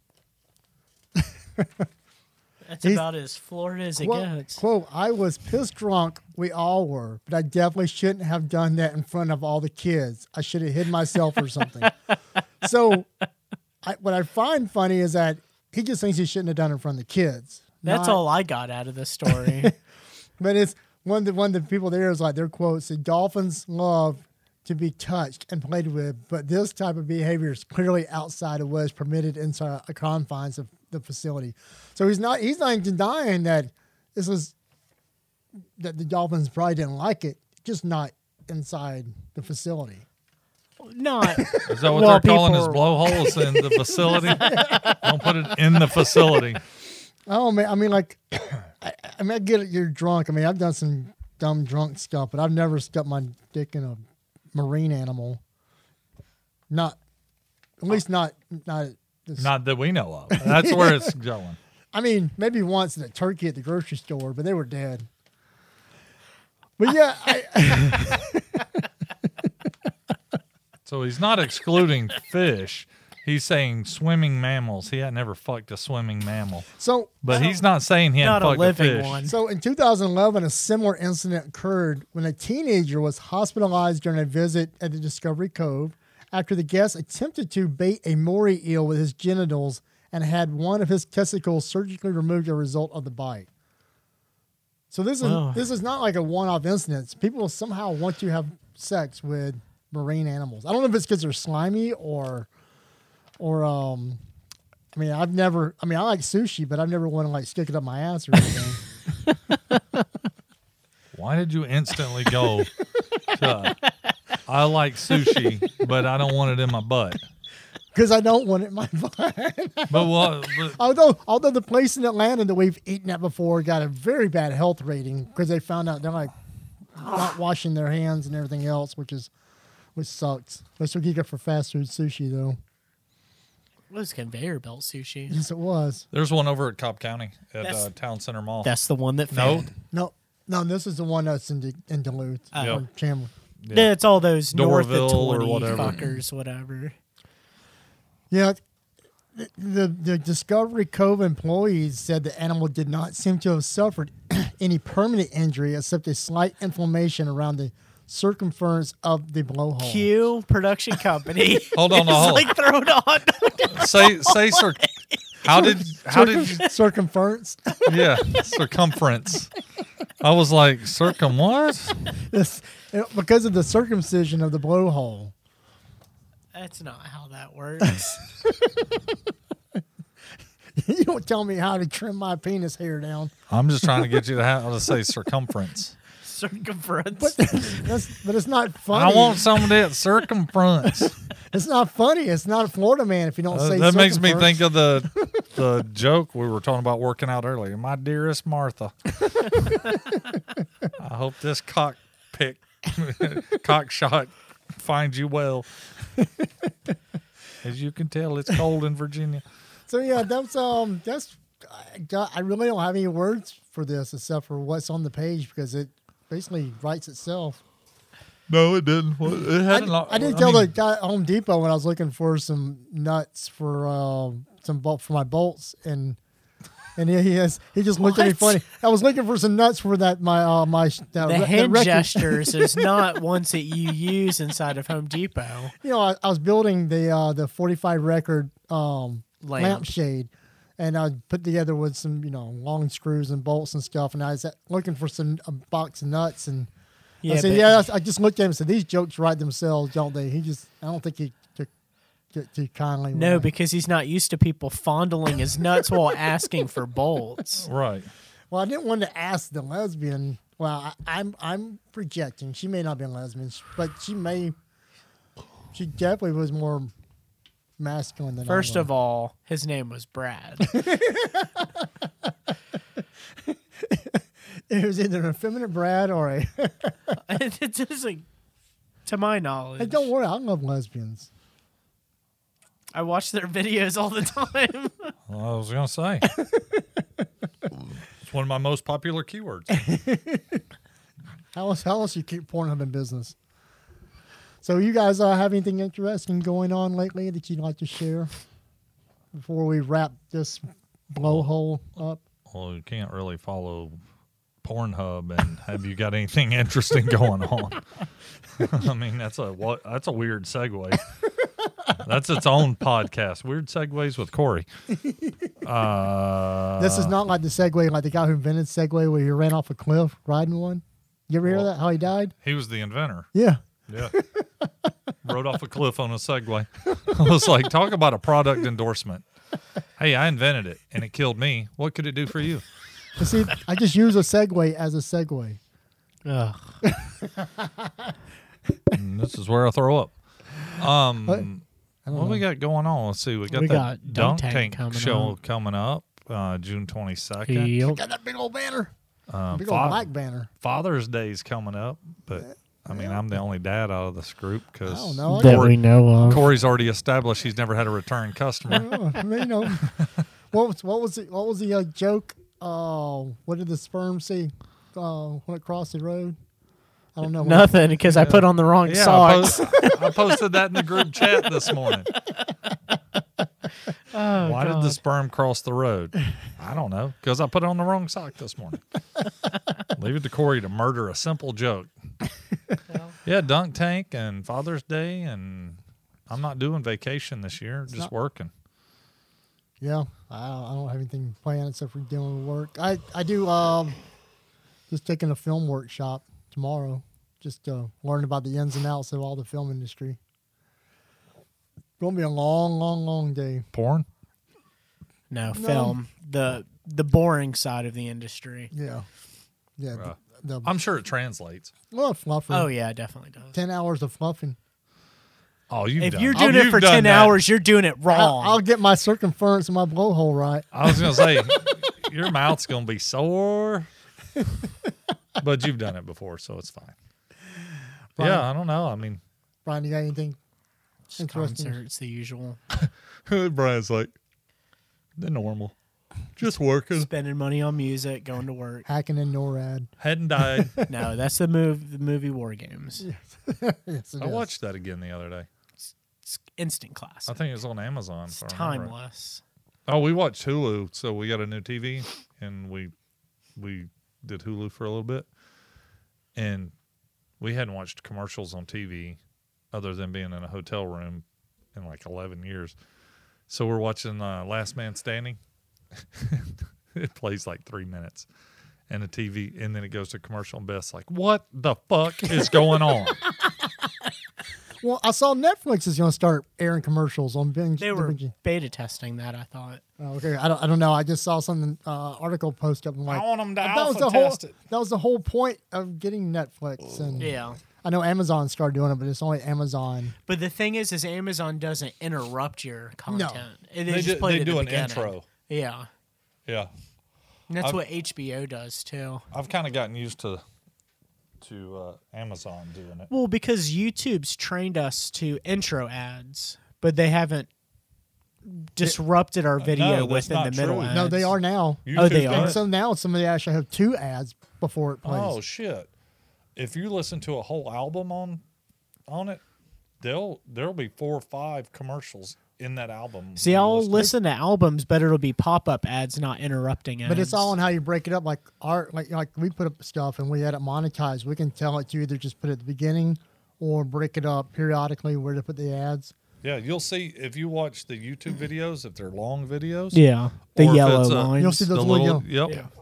[SPEAKER 2] That's
[SPEAKER 4] He's-
[SPEAKER 2] about as Florida as it
[SPEAKER 4] Quote,
[SPEAKER 2] gets.
[SPEAKER 4] quote, I was pissed drunk. We all were, but I definitely shouldn't have done that in front of all the kids. I should have hid myself or something. so, I, what I find funny is that he just thinks he shouldn't have done it in front of the kids.
[SPEAKER 2] That's
[SPEAKER 4] Not-
[SPEAKER 2] all I got out of this story.
[SPEAKER 4] But it's one of the one of the people there is like their quotes: "The dolphins love to be touched and played with, but this type of behavior is clearly outside of what is permitted inside the confines of the facility." So he's not he's not denying that this was that the dolphins probably didn't like it, just not inside the facility.
[SPEAKER 2] Not
[SPEAKER 3] Is that what
[SPEAKER 2] Well,
[SPEAKER 3] they're calling his
[SPEAKER 2] people-
[SPEAKER 3] blowholes in the facility? Don't put it in the facility.
[SPEAKER 4] Oh man, I mean like, I, I mean I get it. You're drunk. I mean I've done some dumb drunk stuff, but I've never stuck my dick in a marine animal. Not, at least not not. at This,
[SPEAKER 3] Not that we know of. That's where it's going.
[SPEAKER 4] I mean maybe once in a turkey at the grocery store, but they were dead. But yeah, I,
[SPEAKER 3] So he's not excluding fish. He's saying swimming mammals. He had never fucked a swimming mammal,
[SPEAKER 4] so
[SPEAKER 3] but he's not saying he hadn't
[SPEAKER 2] not a
[SPEAKER 3] fucked a
[SPEAKER 2] living
[SPEAKER 3] fish.
[SPEAKER 2] one.
[SPEAKER 4] So in 2011, a similar incident occurred when a teenager was hospitalized during a visit at the Discovery Cove after the guest attempted to bait a moray eel with his genitals and had one of his testicles surgically removed as a result of the bite. So this is
[SPEAKER 2] Wow.
[SPEAKER 4] this is not like a one-off incident. People somehow want to have sex with marine animals. I don't know if it's because they're slimy or or um. I mean, I've never. I mean, I like sushi, but I've never wanted to like stick it up my ass or anything.
[SPEAKER 3] Why did you instantly go to, I like sushi, but I don't want it in my butt?
[SPEAKER 4] because I don't want it in my butt.
[SPEAKER 3] But what? But,
[SPEAKER 4] although, although the place in Atlanta that we've eaten at before got a very bad health rating because they found out they're like not washing their hands and everything else, which is which sucks. Let's go geek up for fast food sushi though.
[SPEAKER 2] It was conveyor belt sushi.
[SPEAKER 4] Yes, it was.
[SPEAKER 3] there's one over at Cobb County at
[SPEAKER 2] That's-
[SPEAKER 3] uh, Town Center Mall.
[SPEAKER 2] That's the one that
[SPEAKER 3] no,
[SPEAKER 2] failed.
[SPEAKER 4] No, no, this is the one that's in, De- in Duluth
[SPEAKER 3] Yeah.
[SPEAKER 4] or Chandler.
[SPEAKER 3] Yeah.
[SPEAKER 2] It's all those north
[SPEAKER 3] Dorville
[SPEAKER 2] of
[SPEAKER 3] or
[SPEAKER 2] 20
[SPEAKER 3] whatever.
[SPEAKER 2] fuckers, whatever.
[SPEAKER 4] Yeah. The, the the Discovery Cove employees said the animal did not seem to have suffered any permanent injury except a slight inflammation around the circumference of the blowhole.
[SPEAKER 2] Q production company.
[SPEAKER 3] Hold on,
[SPEAKER 2] It's
[SPEAKER 3] hold.
[SPEAKER 2] like thrown on.
[SPEAKER 3] say say sir. How did how did you,
[SPEAKER 4] circumference?
[SPEAKER 3] yeah circumference? I was like circum what?
[SPEAKER 4] This- because of the circumcision of the blowhole.
[SPEAKER 2] That's not how that works.
[SPEAKER 4] you don't tell me how to trim my penis hair down.
[SPEAKER 3] I'm just trying to get you to how to say circumference.
[SPEAKER 2] Circumference.
[SPEAKER 4] That's, but it's not funny.
[SPEAKER 3] I want some of that circumference.
[SPEAKER 4] It's not funny. It's not a Florida man if you don't
[SPEAKER 3] Uh,
[SPEAKER 4] say
[SPEAKER 3] that makes me think
[SPEAKER 4] circumference.
[SPEAKER 3] of the the joke we were talking about working out earlier. My dearest Martha, I hope this cock pick cock shot finds you well. As you can tell, it's cold in Virginia.
[SPEAKER 4] So yeah, that's um, that's I, got- I really don't have any words for this except for what's on the page because it basically writes itself.
[SPEAKER 3] No, it didn't. It
[SPEAKER 4] I,
[SPEAKER 3] had
[SPEAKER 4] I didn't tell the guy at Home Depot when I was looking for some nuts for um some bolt for my bolts and. And he he, has, he just looked at me
[SPEAKER 2] What?
[SPEAKER 4] funny. I was looking for some nuts for that my uh, my that,
[SPEAKER 2] the
[SPEAKER 4] re- that
[SPEAKER 2] hand
[SPEAKER 4] record-
[SPEAKER 2] gestures is not ones that you use inside of Home Depot.
[SPEAKER 4] you know, I, I was building the uh, the 45 record um,
[SPEAKER 2] Lamp.
[SPEAKER 4] lampshade, and I put together with some you know long screws and bolts and stuff. And I was at- looking for some a box of nuts, and I
[SPEAKER 2] but-
[SPEAKER 4] said, "Yeah." that's- I just looked at him and said, "These jokes write themselves, don't they?" He just, I don't think he took took too kindly. with
[SPEAKER 2] No,
[SPEAKER 4] it.
[SPEAKER 2] because he's not used to people fondling his nuts while asking for bolts.
[SPEAKER 3] right.
[SPEAKER 4] well, I didn't want to ask the lesbian. Well, I, I'm I'm projecting. She may not be a lesbian, but she may. She definitely was more masculine than
[SPEAKER 2] First
[SPEAKER 4] I was.
[SPEAKER 2] of all, his name was Brad.
[SPEAKER 4] it was either an effeminate Brad or a
[SPEAKER 2] it doesn't, to my
[SPEAKER 4] Hey,
[SPEAKER 2] knowledge.
[SPEAKER 4] don't worry, I love lesbians.
[SPEAKER 2] I watch their videos all the time.
[SPEAKER 3] I was gonna say it's one of my most popular keywords.
[SPEAKER 4] How else, how else you keep Pornhub in business? So, you guys uh, have anything interesting going on lately that you'd like to share before we wrap this blowhole up?
[SPEAKER 3] Well, you can't really follow Pornhub and have you got anything interesting going on? I mean, that's a wa- that's a weird segue. That's its own podcast. Weird segues with Corey. Uh,
[SPEAKER 4] This is not like the Segway, like the guy who invented Segway, where he ran off a cliff riding one. You ever hear
[SPEAKER 3] Well-
[SPEAKER 4] that? How he died?
[SPEAKER 3] He was the inventor.
[SPEAKER 4] Yeah.
[SPEAKER 3] Yeah. Rode off a cliff on a Segway. I was like, talk about a product endorsement. Hey, I invented it and it killed me. What could it do for you?
[SPEAKER 4] But see, I just use a Segway as a Segway.
[SPEAKER 2] Ugh.
[SPEAKER 3] And this is where I throw up. Um,
[SPEAKER 4] I don't
[SPEAKER 3] what
[SPEAKER 4] know.
[SPEAKER 3] we got going on? Let's see. We got
[SPEAKER 2] We
[SPEAKER 3] that
[SPEAKER 2] got
[SPEAKER 3] dunk
[SPEAKER 2] Dunk
[SPEAKER 3] tank,
[SPEAKER 2] Tank coming
[SPEAKER 3] show
[SPEAKER 2] up.
[SPEAKER 3] coming up uh, June 22nd.
[SPEAKER 2] Yep.
[SPEAKER 4] Got that big old banner.
[SPEAKER 3] Um,
[SPEAKER 4] Big old
[SPEAKER 3] Fa-
[SPEAKER 4] black banner.
[SPEAKER 3] Father's Day's coming up, but I mean, I'm the only dad out of this group because
[SPEAKER 4] I don't know. Oh, I
[SPEAKER 2] That
[SPEAKER 4] don't-
[SPEAKER 2] we know of.
[SPEAKER 3] Corey's already established he's never had a return customer.
[SPEAKER 4] Oh, I mean, you know, what was what was the, what was the uh, joke? Oh, what did the sperm see uh, when it crossed the road? I don't know.
[SPEAKER 2] Nothing because I put on the wrong
[SPEAKER 3] Yeah, I,
[SPEAKER 2] socks.
[SPEAKER 3] post, I posted that in the group chat this morning.
[SPEAKER 2] Oh,
[SPEAKER 3] Why did
[SPEAKER 2] God.
[SPEAKER 3] the sperm cross the road? I don't know. Because I put on the wrong sock this morning. Leave it to Corey to murder a simple joke. yeah, Dunk Tank and Father's Day, and I'm not doing vacation this year, just
[SPEAKER 4] not-
[SPEAKER 3] working.
[SPEAKER 4] Yeah, I don't, I don't have anything planned except for dealing with work. I I do um, just taking a film workshop tomorrow, just to learn about the ins and outs of all the film industry. Gonna be a long, long, long day.
[SPEAKER 3] Porn?
[SPEAKER 2] No, film. The the boring side of the industry.
[SPEAKER 4] Yeah, yeah.
[SPEAKER 3] Bruh.
[SPEAKER 4] The, the
[SPEAKER 3] I'm sure it translates.
[SPEAKER 4] little fluffer.
[SPEAKER 2] Oh yeah, it definitely does.
[SPEAKER 4] ten hours of fluffing.
[SPEAKER 3] Oh, you've
[SPEAKER 2] if
[SPEAKER 3] done-
[SPEAKER 2] you're
[SPEAKER 3] oh,
[SPEAKER 2] doing
[SPEAKER 3] you've
[SPEAKER 2] it for
[SPEAKER 3] done
[SPEAKER 2] ten
[SPEAKER 3] that.
[SPEAKER 2] hours, you're doing it
[SPEAKER 4] I'll,
[SPEAKER 2] wrong.
[SPEAKER 4] I'll get my circumference and my blowhole right.
[SPEAKER 3] I was going to say, your mouth's going to be sore, but you've done it before, so it's fine. Yeah, I don't know. I mean,
[SPEAKER 4] Brian, you got anything?
[SPEAKER 2] Just
[SPEAKER 4] Interesting.
[SPEAKER 2] concerts, the usual.
[SPEAKER 3] Brian's like, the normal. Just working.
[SPEAKER 2] Spending money on music, going to work.
[SPEAKER 4] Hacking in NORAD.
[SPEAKER 3] Hadn't died.
[SPEAKER 2] No, that's the move. The movie War Games.
[SPEAKER 4] Yes, it
[SPEAKER 3] I
[SPEAKER 4] is.
[SPEAKER 3] watched that again the other day.
[SPEAKER 2] It's instant class.
[SPEAKER 3] I think it was on Amazon.
[SPEAKER 2] it's
[SPEAKER 3] if I remember right.
[SPEAKER 2] timeless.
[SPEAKER 3] Oh, we watched Hulu, so we got a new TV, and we we did Hulu for a little bit, and we hadn't watched commercials on TV other than being in a hotel room in like eleven years. So we're watching uh, Last Man Standing. it plays like three minutes, and the TV, and then it goes to commercial. And Beth's like, "What the fuck is going on?"
[SPEAKER 4] Well, I saw Netflix is going to start airing commercials on binge.
[SPEAKER 2] They
[SPEAKER 4] the
[SPEAKER 2] were
[SPEAKER 4] binge-
[SPEAKER 2] beta testing that. I thought.
[SPEAKER 4] Oh, okay, I don't, I don't know. I just saw something uh, article post up. And like,
[SPEAKER 3] them to
[SPEAKER 4] that was the whole. That was the whole point of getting Netflix. And
[SPEAKER 2] Yeah.
[SPEAKER 4] I know Amazon started doing it, but it's only Amazon.
[SPEAKER 2] But the thing is, is Amazon doesn't interrupt your content. It,
[SPEAKER 3] They
[SPEAKER 2] just
[SPEAKER 3] do-
[SPEAKER 2] play
[SPEAKER 3] they
[SPEAKER 2] it at the
[SPEAKER 3] do an
[SPEAKER 2] beginning.
[SPEAKER 3] intro.
[SPEAKER 2] Yeah,
[SPEAKER 3] Yeah,
[SPEAKER 2] and that's
[SPEAKER 3] I've-
[SPEAKER 2] what HBO does too.
[SPEAKER 3] I've kind of gotten used to to uh, Amazon doing it.
[SPEAKER 2] Well, because YouTube's trained us to intro ads, but they haven't disrupted
[SPEAKER 4] Uh,
[SPEAKER 2] our video
[SPEAKER 3] that's
[SPEAKER 2] within
[SPEAKER 3] not
[SPEAKER 2] the middle.
[SPEAKER 3] true.
[SPEAKER 2] Ads.
[SPEAKER 4] No, they are now.
[SPEAKER 2] Oh,
[SPEAKER 3] YouTube's
[SPEAKER 2] they are?
[SPEAKER 3] done
[SPEAKER 4] and
[SPEAKER 3] it.
[SPEAKER 4] so now somebody actually have two ads before it plays.
[SPEAKER 3] Oh shit! If you listen to a whole album on on it, there'll there'll be four or five commercials in that album.
[SPEAKER 2] See,
[SPEAKER 3] when you
[SPEAKER 2] I'll
[SPEAKER 3] listen-
[SPEAKER 2] listen to albums, but it'll be pop-up ads, not interrupting ads.
[SPEAKER 4] But it's all on how you break it up. Like art, like like we put up stuff and we had it monetized. We can tell it you either just put it at the beginning or break it up periodically where to put the ads.
[SPEAKER 3] Yeah, you'll see if you watch the YouTube videos if they're long videos.
[SPEAKER 2] yeah, the
[SPEAKER 3] Or if
[SPEAKER 2] yellow
[SPEAKER 3] it's a-
[SPEAKER 2] lines.
[SPEAKER 4] You'll see
[SPEAKER 3] the
[SPEAKER 4] those
[SPEAKER 3] little
[SPEAKER 4] little
[SPEAKER 3] yep.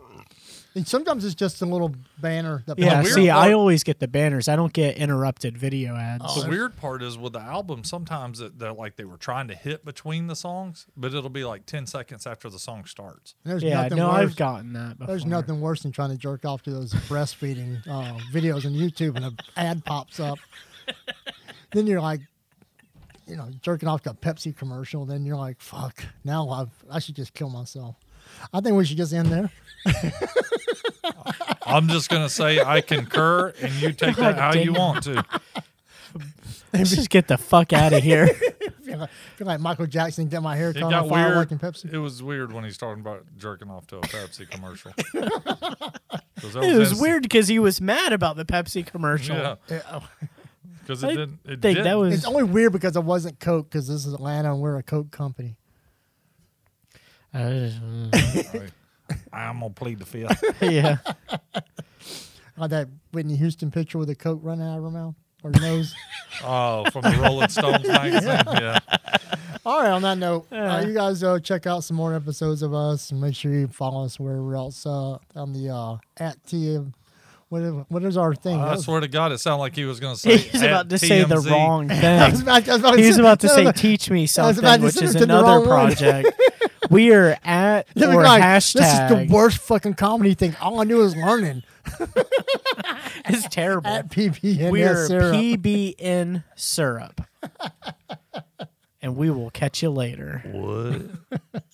[SPEAKER 4] And sometimes it's just a little banner. That
[SPEAKER 2] yeah,
[SPEAKER 3] weird
[SPEAKER 2] see, I
[SPEAKER 3] part-
[SPEAKER 2] always get the banners. I don't get interrupted
[SPEAKER 4] Oh,
[SPEAKER 2] video ads.
[SPEAKER 3] The weird part is with the album, sometimes it, they're like they were trying to hit between the songs, but it'll be like ten seconds after the song starts.
[SPEAKER 4] there's
[SPEAKER 2] yeah,
[SPEAKER 4] nothing
[SPEAKER 2] no,
[SPEAKER 4] worse.
[SPEAKER 2] I've gotten that. Before.
[SPEAKER 4] there's nothing worse than trying to jerk off to those breastfeeding uh, videos on YouTube and an ad pops up. then you're like, you know, jerking off to a Pepsi commercial. Then you're like, fuck. Now I've, I should just kill myself. I think we should just end there.
[SPEAKER 3] I'm just gonna say I concur, and you take that how you want to.
[SPEAKER 2] Let's just get the fuck out of here.
[SPEAKER 4] feel like, feel like Michael Jackson get my hair
[SPEAKER 3] It
[SPEAKER 4] cut on
[SPEAKER 3] got
[SPEAKER 4] a
[SPEAKER 3] weird.
[SPEAKER 4] firework and Pepsi.
[SPEAKER 3] It was weird when he's talking about jerking off to a Pepsi commercial. 'Cause that
[SPEAKER 2] it was
[SPEAKER 3] instant-
[SPEAKER 2] weird because he was mad about the Pepsi commercial.
[SPEAKER 3] Yeah.
[SPEAKER 4] Yeah, oh,
[SPEAKER 3] because it
[SPEAKER 2] I
[SPEAKER 3] didn't. It
[SPEAKER 2] think that
[SPEAKER 3] didn't.
[SPEAKER 2] was-
[SPEAKER 4] It's only weird because I wasn't Coke because this is Atlanta and we're a Coke company.
[SPEAKER 3] Right. I'm gonna plead the fifth.
[SPEAKER 2] yeah.
[SPEAKER 4] Like that Whitney Houston picture with the Coke running out of her mouth or nose.
[SPEAKER 3] Oh, from the Rolling Stones magazine. Yeah.
[SPEAKER 4] All right, on that note, uh, you guys uh, check out some more episodes of us and make sure you follow us wherever else uh, on the uh, at TM. What is, what is our
[SPEAKER 2] Uh,
[SPEAKER 4] thing? That
[SPEAKER 3] I
[SPEAKER 4] was-
[SPEAKER 3] swear to God, it sounded like he was gonna say.
[SPEAKER 2] He's about
[SPEAKER 3] at
[SPEAKER 2] to say the
[SPEAKER 3] TMZ.
[SPEAKER 2] wrong
[SPEAKER 4] I was
[SPEAKER 2] thing.
[SPEAKER 4] about, I was about
[SPEAKER 2] He was about to
[SPEAKER 4] no,
[SPEAKER 2] say
[SPEAKER 4] no,
[SPEAKER 2] "teach me
[SPEAKER 4] I was about
[SPEAKER 2] something,"
[SPEAKER 4] to
[SPEAKER 2] which
[SPEAKER 4] say
[SPEAKER 2] is
[SPEAKER 4] it to the wrong
[SPEAKER 2] another
[SPEAKER 4] word.
[SPEAKER 2] project. we are at
[SPEAKER 4] no,
[SPEAKER 2] or
[SPEAKER 4] like,
[SPEAKER 2] hashtag.
[SPEAKER 4] This is the worst fucking comedy thing. All I knew was learning
[SPEAKER 2] It's terrible.
[SPEAKER 4] at PBNS.
[SPEAKER 2] We are
[SPEAKER 4] syrup.
[SPEAKER 2] PBN syrup, and we will catch you later.
[SPEAKER 3] What?